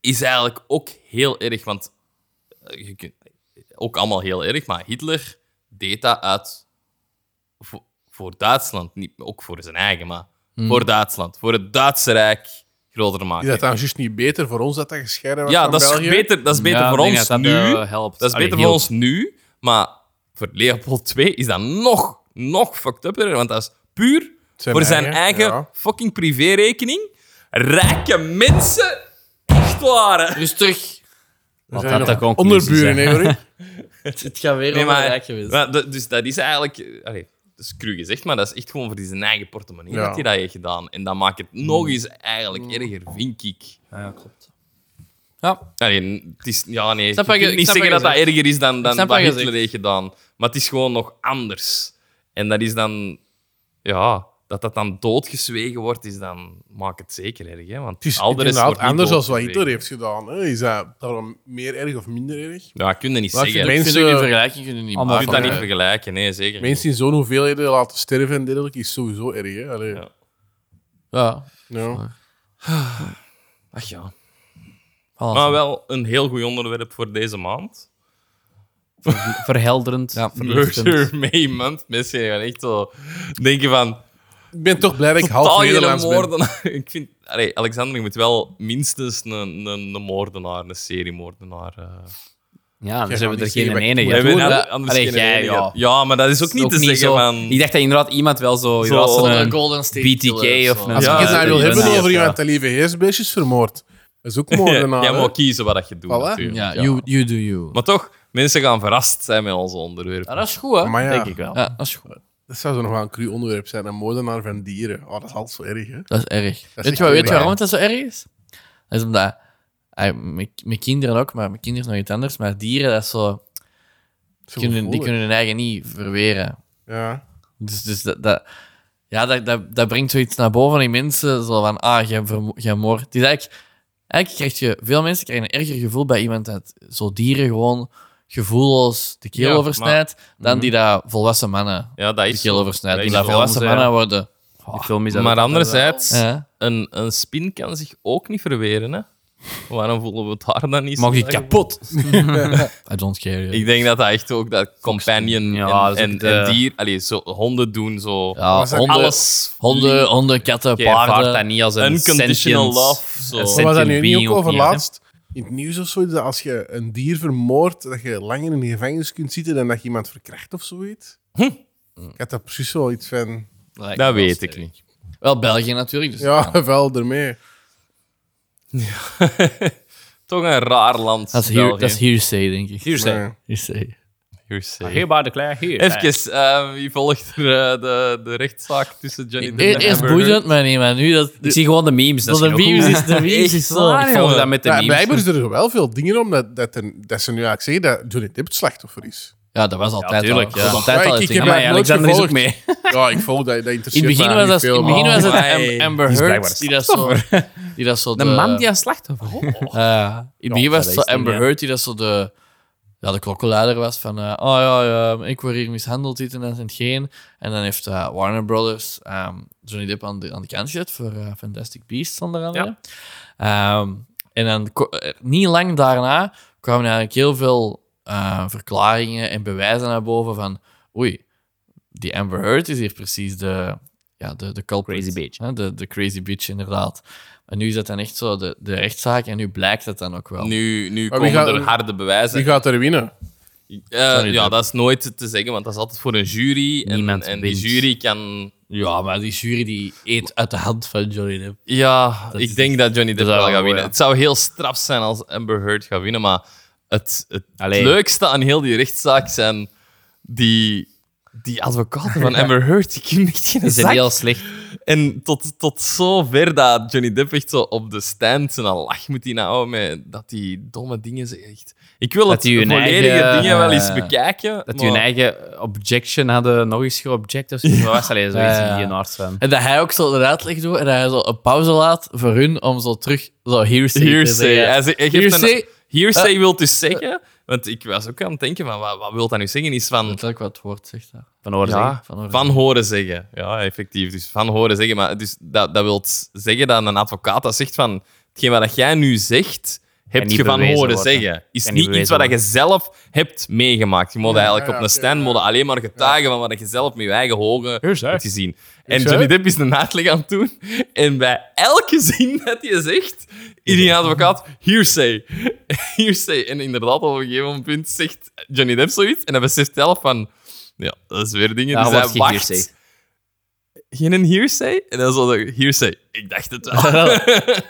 is eigenlijk ook heel erg. Want eh, je kunt, ook allemaal heel erg, maar Hitler deed dat uit voor, voor Duitsland. Niet, ook voor zijn eigen, maar Hmm. voor Duitsland. Voor het Duitse Rijk groter Is maken. dat dan juist niet beter voor ons dat dat gescheiden was ja, van dat is België? beter, dat is beter Ja, voor ik denk ons dat dat, nu. eh, helpt. Dat is beter Allee, voor hielp. ons nu, maar voor Leopold II is dat nog, nog fucked upper, want dat is puur Zijn voor zijn eigen, eigen ja. fucking privérekening. Rijke mensen, echt waar. Dus hè. Rustig. We Wat zijn had de nog conclusies, onderburen, hè? hè, hoor. Het gaat weer Nee, over maar- rijk geweest. Maar dat- dus dat is eigenlijk, eh, allee, dat is cru gezegd, maar dat is echt gewoon voor zijn eigen portemonnee Ja. Mm. dat hij dat heeft gedaan. En dat maakt het nog eens eigenlijk erger, vind ik. Ja, klopt. Ja. Allee, het is, ja, nee, Snap je wat je- kunt ik niet snap zeggen dat wat je dat erger is dan, dan snap wat wat je Hitler zegt. heeft gedaan. Maar het is gewoon nog anders. En dat is dan... Ja, dat dat dan doodgezwegen wordt, is dan, maakt het zeker erg. Hè? Want Het is al de rest inderdaad wordt niet anders dan wat doodgezwegen. Hitler heeft gedaan. Hè. Is dat daarom meer erg of minder erg? Ja, kun je niet Laat je zeggen. Ik Je vind ook die Mensen, vergelijking kunnen niet Allemaal kunt dat maken. niet hè. vergelijken, nee, zeker niet. mensen in zo'n hoeveelheden laten sterven en dergelijke is sowieso erg. Hè. Allee, Ja. Ja. ja. Ach ja. Alles. Maar wel een heel goed onderwerp voor deze maand. Verhelderend. Ja, Murder May Month. Mensen gaan echt zo denken van... Ik ben toch blij dat ik half Totaal Nederlands geen ben. moordenaar. Ik vind... Allee, Alexander, je moet wel minstens een, een, een moordenaar, een seriemoordenaar... eh. Ja, dus gaat hebben we er niet zeggen geen wat ik enige. We hebben Toen, ander- hè? anders Allee, geen jij, enige. ja. ja, maar dat is ook niet Ook te zeggen zo- van... Ik dacht dat inderdaad iemand wel Zo- zo... inderdaad zo'n- Een Eh, Golden State BTK Killer of zo. een- Als Ja, ik het dat nou wil is hebben inderdaad, over ja. iemand dat lieve heersbeestjes vermoord, dat is ook Ja, moordenaar. jij hè. mag kiezen wat dat je doet, Voilà. natuurlijk. Ja, Ja. you, you do you. Maar toch, mensen gaan verrast zijn met onze onderwerpen. Ja, dat is goed, hè? Maar ja, Denk ik wel. Ja, dat is goed. dat zou zo nog wel een cru onderwerp zijn. Een moordenaar van dieren. Oh, dat is altijd zo erg, hè? Dat is erg. is weet echt je, wel, weet je waar. waarom dat zo erg is? Dat is omdat... ah, Mijn mijn kinderen ook, maar mijn kinderen is nog iets anders. Maar dieren, dat is zo... Zo Kunnen, die gevoelig. kunnen hun eigen niet verweren. Ja. Dus, dus dat, dat, ja, dat, dat, dat brengt zoiets naar boven in mensen. Zo van, ah, je, vermo- je moord. Het is eigenlijk, eigenlijk krijg je... Veel mensen krijgen een erger gevoel bij iemand dat zo dieren gewoon gevoelloos de keel Ja, Mhm. oversnijdt, dan die dat volwassen mannen Ja, dat de is keel zo. oversnijdt. Dat Die is dat zo. volwassen Films, hè. mannen worden... Die film is dat Maar ook. anderzijds, Ja. een, een spin kan zich ook niet verweren, hè. Waarom voelen we het daar dan niet zo Mag die erg kapot? I don't care. voor? Ik denk dat dat echt ook dat companion Ja, en, dat is ook en, de- en dier... Allee, zo, honden doen zo... Ja, was dat- honden, Alles. honden, honden, katten, Je ervaart dat paarden. niet als een Unconditional sentient- love. Zo. een Maar was dat nu sentient niet being ook over niet, hè? laatst in het nieuws of zoiets? Dat als je een dier vermoordt, dat je langer in de gevangenis kunt zitten dan dat je iemand verkracht of zoiets? Ik had daar precies wel iets van. Dat weet ik niet. Wel België natuurlijk. Dus Ja, wel ermee. Toch een raar land. Dat, is hear, dat is hearsay, denk ik. Hier zijn. Maar- Hearsay. Even, Hier bij de klein, hier. eh, wie volgt er eh, de, de rechtszaak tussen Johnny Depp E- en Eerst Amber Heard? boeide het mij niet, maar nu dat... Ik zie gewoon de memes. Dat, Dat de is geen memes ook- is, de memes is zo. Ik volg dat met de Ja, memes. blijkbaar is er wel veel dingen om dat, dat, er- dat ze nu eigenlijk zeggen dat Johnny Depp het slachtoffer is. Ja, dat was altijd tuurlijk, al. ja. Dat was altijd Ja, al ik- het ik ding. heb Maar dat ja, nooit Alexander is ook gevolgd. mee. Ja, ik volg dat. Dat In interesseert het begin mij was niet dat, veel, in het begin maar- was dat Amai. Am- Amber Die is Heard blijkbaar die dat zo... Die dat zo De man die een slachtoffer Eh, in het begin Ja, was dat het zo is niet, Amber ja. Heard die dat zo de, ja, de klokkenluider was van eh, oh ja, ja, ik word hier mishandeld, dit en dat en hetgeen. En dan heeft eh, Warner Brothers ehm, Johnny Depp aan de, aan de kant gezet voor eh, Fantastic Beasts onder andere. Ehm, en dan ko- eh, niet lang daarna kwamen eigenlijk heel veel eh, verklaringen en bewijzen naar boven van oei, die Amber Heard is hier precies de, ja, de, de culprit. Crazy bitch. Hè, De, de crazy bitch, inderdaad. En nu is dat dan echt zo de, de rechtszaak en nu blijkt dat dan ook wel. Nu, nu Maar wie komen gaat- er harde Wie bewijzen. gaat er winnen? Eh, Johnny ja, Depp. dat is nooit te zeggen, want dat is altijd voor een jury. En, Niemand en die wint. jury kan... Ja, maar die jury die eet uit de hand van Johnny Depp. Ja, ik denk dat Johnny Depp dat wel wel, gaat winnen. ja. Het zou heel straf zijn als Amber Heard gaat winnen, maar het, het Allee. leukste aan heel die rechtszaak zijn die, die advocaten van Amber Heard. Die kunnen echt geen Die zijn zak. heel slecht. En tot, tot zover dat Johnny Depp echt zo op de stand zijn lach moet hij nou met dat die domme dingen zegt. Ik wil het hij hun volledige eigen, dingen wel eh, eens bekijken. Dat maar- die hun eigen objection hadden, nog eens geobject of zo. Dat was alleen zoiets Ja, ja. in die aard van. En dat hij ook zo de uitleg doet en dat hij zo een pauze laat voor hun om zo terug zo hearsay, te Hearsay. zeggen. Hij zegt- hij geeft Hearsay, een- Eh. hearsay wil dus zeggen... Want ik was ook aan het denken van, wat, wat wil dat nu zeggen? Is van... letterlijk wat het woord zegt. daar. Van horen Ja, zeggen. van horen van horen zeggen. Ja, effectief. Dus van horen zeggen. Maar dus dat, dat wil zeggen dat een advocaat dat zegt van... Hetgeen wat jij nu zegt, heb niet je van bewezen horen wordt, hè. zeggen. Is Kan niet niet iets bewezen wat je zelf hebt meegemaakt. Je moet eigenlijk ja, op een oké, stand ja. moet alleen maar getuigen van wat je zelf met je eigen ogen hebt gezien. En Hearsay. Johnny Depp is een uitleg aan het doen. En bij elke zin dat hij zegt, in die advocaat, hearsay. Hearsay. En inderdaad, op een gegeven moment zegt Johnny Depp zoiets. En hij beseft zelf van... Ja, dat is weer dingen. Ja, die wat dus hij geen wacht. hearsay. Geen een hearsay? En dan zo de hearsay. Ik dacht het wel.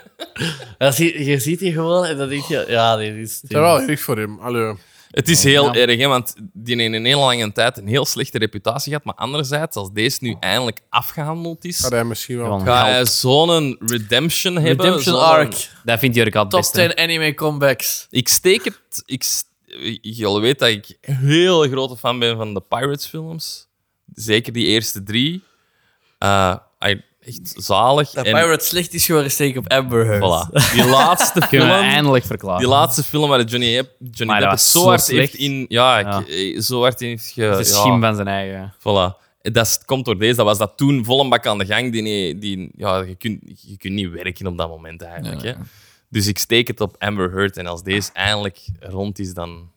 Dat zie, je ziet die gewoon en dan denk je, ja, dit is... Dat Dit is wel erg voor hem. Allee. het is heel erg, hè, want die heeft in een hele lange tijd een heel slechte reputatie gehad. Maar anderzijds, als deze nu eindelijk afgehandeld is, Had hij misschien wel. Gewoon ga eh, geld. hij zo'n redemption hebben. Redemption zo'n- Arc. Dat vindt Jurk altijd Top best. hè. 10 anime comebacks. Ik steek het... Ik, s- je weet dat ik een heel grote fan ben van de Pirates-films. Zeker die eerste drie. Eh, I- echt zalig. Dat en, Pirate slecht is geworden, steek op Amber Heard. voilà. Die laatste Kunnen we film... eindelijk verklaren. Die laatste film waar Johnny, Depp- Johnny Maar dat Depp het was zo zo hard slecht. heeft in... Ja, ik- Ja. eh, zo hard heeft ge... Het is ja, schim van zijn eigen. Voilà. Dat is- komt door deze. Dat was dat toen vol een bak aan de gang. Die, die, ja, je, kunt, je kunt niet werken op dat moment eigenlijk. Hè? Dus ik steek het op Amber Heard. En als deze eindelijk rond is, dan...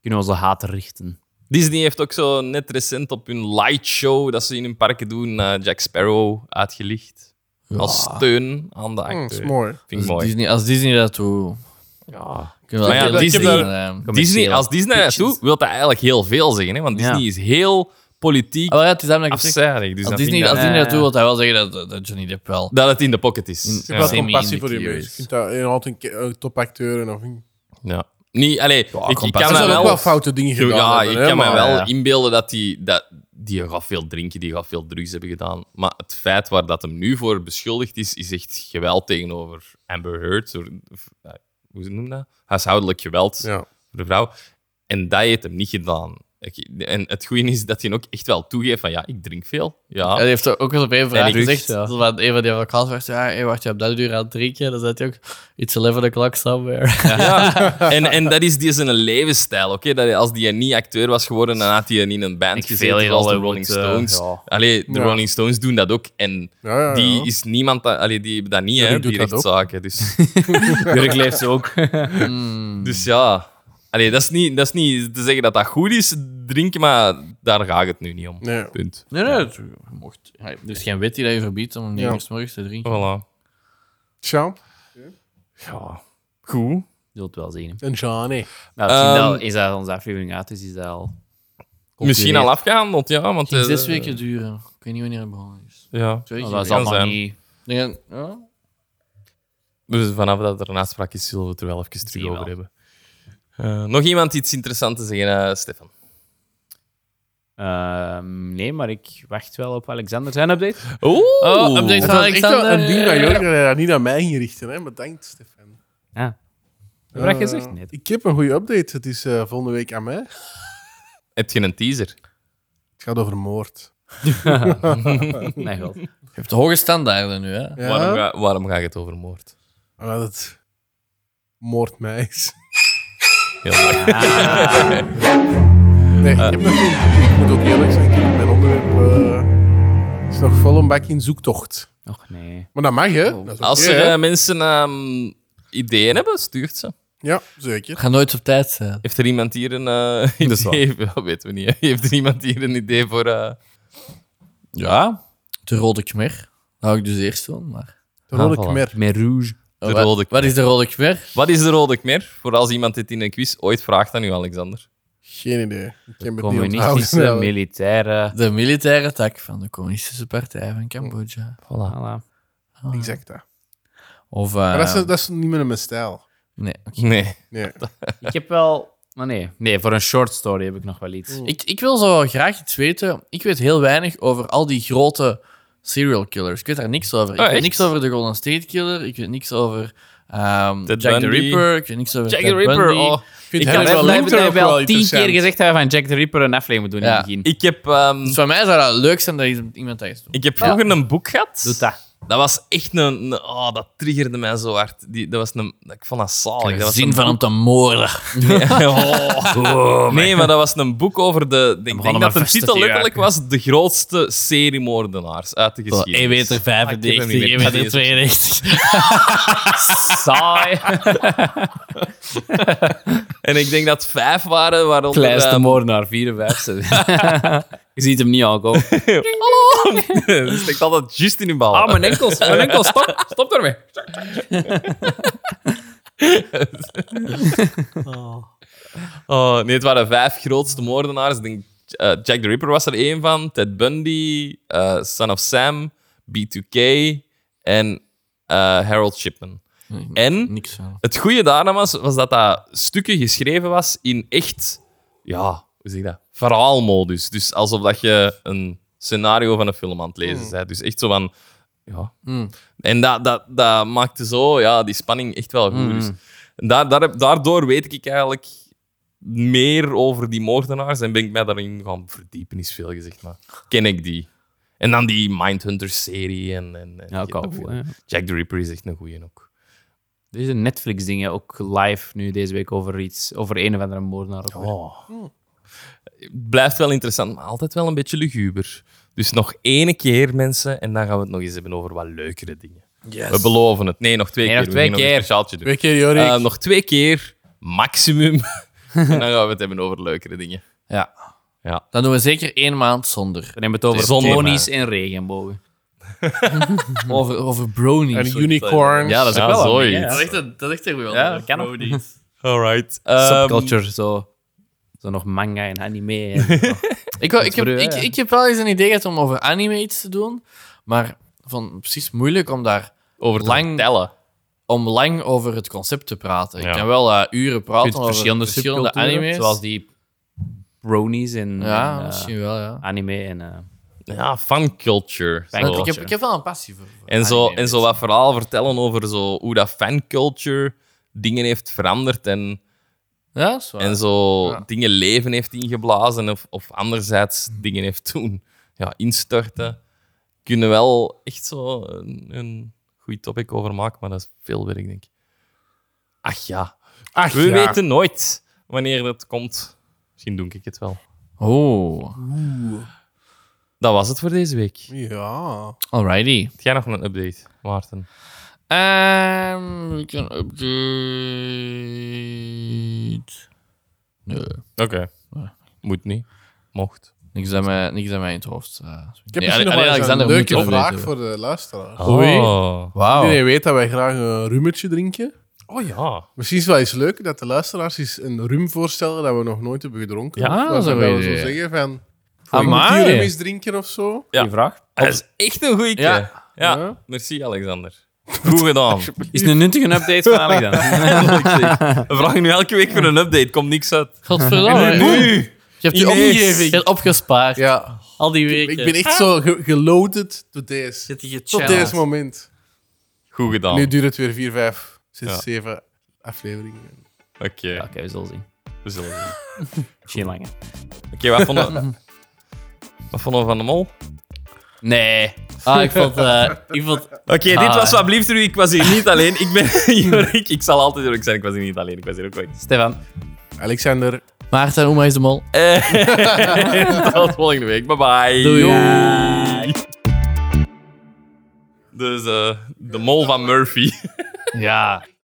Kunnen we onze haat richten. Disney heeft ook zo net recent op hun lightshow dat ze in hun parken doen, eh, Jack Sparrow uitgelicht. Als steun aan de Hm, dat is acteur. mooi. Vind Als ik mooi. Disney, als Disney dat doet... Ja. kunnen we Maar wel ja, Disney... Disney- ehm, Disney, als Disney dat doet, wil dat eigenlijk heel veel zeggen. Hè? Want Ja. Disney is heel politiek Ah, wel ja, het is daarom dat ik zeg, afzijdig. Dus Als dan vind ik Disney, dat, als Ja, Disney ja, dat doet, ja. wil hij wel zeggen dat- dat, dat Johnny Depp wel... dat het in de pocket is. Ik heb Ja. wel Semi compassie voor die indicator. mensen. Je kunt dat inderdaad een ke- een topacteur en of een... Ja. Nee, allee, ik, ik compassie. kan Ze me hebben ook wel, wel foute dingen gedaan. ja, hebben, ik hè, kan me maar- wel ja. inbeelden dat die, dat die gaat veel drinken, die gaat veel drugs hebben gedaan. Maar het feit waar dat hem nu voor beschuldigd is, is echt geweld tegenover Amber Heard. Door, eh, hoe ze noemen dat? Huishoudelijk geweld Ja. voor de vrouw. En dat heeft hem niet gedaan. Ik- En het goede is dat hij ook echt wel toegeeft van ja, ik drink veel. Ja, Hij heeft ook wel op één vraag ik- gezegd. ja. zo van, Een van die vakant werd, ja, hey, wacht, je hebt dat uur aan het drinken. Dan zei hij ook, it's 11 o'clock somewhere. Eh, Ja. En, en dat is die zijn levensstijl, oké? Dat hij- Als die niet acteur was geworden, dan had hij in een band Ik veel gezeten in zoals de Hollywood, Rolling eh, Stones. ja. Allee, de Ja. Rolling Stones doen dat ook. En Ja, ja, ja. die is niemand... Dat, allee, die hebben dat niet, hè? Jurk doet Die dat ook. rechtszaken. Dus, Jurk leeft ze ook. Hmm. dus ja... Allee, dat is, niet, dat is niet te zeggen dat dat goed is, drinken, maar daar gaat het nu niet om. Nee. Punt. Nee, nee, dat- je mocht. Ja, Er is geen wet die dat je verbiedt om Ja. negen uur 's morgens te drinken. Voilà. Ciao. Ja. Goed. Je zult wel zien. hè. En Johnny. Nou, misschien Ehm, dat- is dat onze aflevering uit, dus is dat al... Misschien al afgehandeld, ja. Want, Het eh, ging zes weken duren. Ik weet niet wanneer het begonnen is. Ja. Zo Oh, is dat is Kan allemaal zijn. niet... Denk je- ja? Dus vanaf dat er een afspraak is, zullen we het er wel even terug je over wel. hebben. Eh, nog iemand iets interessants te zeggen, eh, Stefan? Ehm, nee, maar ik wacht wel op Alexander zijn update. Ah. Oeh! Oh, update Het van was echt wel Alexander. eh, een ding van Jorgen dat hij dat niet aan eh, mij ging richten. Hè? Bedankt, Stefan. Ah. Heb je dat Eh, gezegd? Nee. Ik heb een goede update. Het is eh, volgende week aan mij. Het Heb je een teaser? gaat over moord. Nee, god. Je hebt hoge standaarden nu, hè? Ja? Waarom, ga, waarom ga je het over moord? Omdat Ah, het moord mij is. Heel leuk. Nee, ik, heb nog geen, ik moet ook eerlijk zijn. Ik heb mijn onderwerp... eh, is nog vol een bak in zoektocht. Och nee. Maar dat mag, hè? Dat is Als oké, er hè? eh, mensen ehm, ideeën hebben, stuurt ze. Ja, zeker. Ga nooit op tijd zijn. Heeft er iemand hier een eh, idee? Dat weten we niet. hè. Heeft er iemand hier een idee voor? eh, Ja. De Rode Khmer. Nou, ik dus eerst van, maar... De rode Ah, voilà. kmer. Met rouge. De Wat- Rode Khmer. Wat is de Rode Khmer? Wat is de rode kmer? Voor als iemand dit in een quiz ooit vraagt aan u, Alexander. Geen idee. Ik heb het niet Communistische, onthouden. militaire... De militaire tak van de communistische partij van Cambodja. Voilà. Exact dat. Of... eh, Maar dat is, Ah. dat is niet meer in mijn stijl. Nee. Nee. Nee. Ik heb wel... Maar nee. Nee, voor een short story heb ik nog wel Hm. iets. Ik, ik wil zo graag iets weten. Ik weet heel weinig over al die grote serial killers. Ik weet daar niks over. Ik Oh, weet echt? niks over de Golden State Killer. Ik weet niks over ehm, Ted Jack the Bundy. Ripper. Ik weet niks over Jack Ted the Ripper. Bundy. Oh. vind Ik het heb wel wel- We louter hebben ook wel wel tien keer interessant. gezegd dat we van Jack the Ripper een aflevering moeten doen Ja. in het begin. Ik heb, ehm, Dus voor mij zou dat leuk zijn dat iemand dat eens doet. ik heb vroeger een boek gehad. Doe dat. Dat was echt een... een- oh, dat triggerde mij zo hard. Die, dat was een, ik vond dat zalig. Dat was zin een van hem te moorden. Nee, oh. nee, maar dat was een boek over de... Ik denk begonnen dat de met titel vesten letterlijk was De grootste seriemoordenaars uit de geschiedenis. 1 Ah, meter ik heb 95, hem 1 niet meter 92. Saai. En ik denk dat vijf waren waaronder... Kleinste eh, moordenaar, 54. Je ziet hem niet aankomen. dat steekt altijd juist in uw bal. Ah, mijn enkels. Mijn enkels. Stop, stop ermee. Oh, nee, het waren vijf grootste moordenaars. Ik denk, eh, Jack the Ripper was er één van. Ted Bundy, eh, Son of Sam, B2K en eh, Harold Shipman. En Niks van. het goede daaraan was, was dat dat stukje geschreven was in echt, ja, hoe zeg je dat? Verhaalmodus. Dus alsof dat je een scenario van een film aan het lezen Hmm. bent. Dus echt zo van, ja. En dat, dat, dat maakte zo, ja, die spanning echt wel goed. Hmm. Dus daar, daar, heb- daardoor weet ik eigenlijk meer over die moordenaars en ben ik mij daarin gaan verdiepen, is veel gezegd, maar ken ik die. En dan die Mindhunter-serie en, en, en Ja, ook al veel. goed, hè. Jack the Ripper is echt een goeie ook. Er is een Netflix-ding hè, ook live nu deze week over iets. Over een of andere moordenaar. ook weer. blijft wel interessant, maar altijd wel een beetje luguber. Dus nog één keer, mensen, en dan gaan we het nog eens hebben over wat leukere dingen. We beloven het. Nee, nog twee Nee, keer. nog twee We gaan keer. Nog, een speciaaltje doen. Twee keer, Jorik. Eh, nog twee keer, maximum. en dan gaan we het hebben over leukere dingen. Ja. Ja. Dan doen we zeker één maand zonder. Dan hebben we het over Zonder ponies en regenbogen. Hm. Over, over bronies. en unicorns. Ja, dat is ook Ja, wel zoiets. een ding, hè. Ja, dat is echt, dat echt wel. Ja, dat kan ook. Alright. Ehm, Subculture, zo. Zo nog manga en anime. En Ik, wou- ik, heb, voor u, ik, ja. ik heb wel eens een idee gehad om over anime iets te doen, maar van precies moeilijk om daar over lang- lang tellen. om lang over het concept te praten. Ja. Ik kan wel eh, uren praten over verschillende, verschillende, subculturen, anime's. Zoals die bronies en, Ja, en, eh, misschien wel, Ah, ja. anime en... eh, Ja, fun culture. Fun Zo. Want Ik heb, culture. ik heb wel een passie voor. voor En zo, anime, en zo weet wat verhaal vertellen over zo hoe dat fanculture dingen heeft veranderd en Ja, dat is waar. En zo dingen leven heeft ingeblazen of, of anderzijds dingen heeft doen ja, instorten. Kunnen wel echt zo een, een goed topic over maken, maar dat is veel werk, denk ik. Ach ja, Ach, we ja. weten nooit wanneer dat komt. Misschien doe ik het wel. Oh, Dat was het voor deze week. Ja. alrighty. Heb jij nog een update, Maarten? Ehm, ik heb een update. Nee, Oké. Moet niet. Mocht. niks aan mij, niks aan mij in het hoofd. eh. Ik heb Nee, misschien nog alleen wel eens een Alexander moet leuke het vraag weten. voor de luisteraar. Oh. Wauw. Iedereen weet dat wij graag een rummertje drinken. Oh ja. Misschien is het wel eens leuk dat de luisteraars eens een rum voorstellen dat we nog nooit hebben gedronken. Ja, dat dat is een we goed zo idee. Ah, zeggen van... Amai. Moet die rum eens drinken of zo? Ja. Die vraag. Dat is echt een goeie keer. Ja. Ja. Merci, Alexander. Goed gedaan. Is het een nuttige update van Alex dan? We vragen nu elke week voor een update. Komt niks uit. Godverdomme. Je hebt Ineens. je opgegeven. Je hebt opgespaard. Ja. Al die weken. Ik ben echt zo ge- geloaded tot deze. Tot deze moment. Goed Oh. gedaan. Nu duurt het weer 4, 5, 6, Ja. 7 afleveringen. Oké. Ja, Oké, we zullen zien. We zullen zien. Misschien langer. Oké, wat vonden Wat vonden we van de mol? Nee. Ah, ik vond... eh, ik vond... Oké, dit Ah. was wat blieft, Ruud. Ik was hier niet alleen. Ik ben Jorik. Ik zal altijd Jorik zijn. Ik was hier niet alleen. Ik was hier ook weg. Stefan. Alexander, Maarten, Oema is de mol. Tot volgende week. Bye bye. Doei. Dus eh, de mol van Murphy. Ja.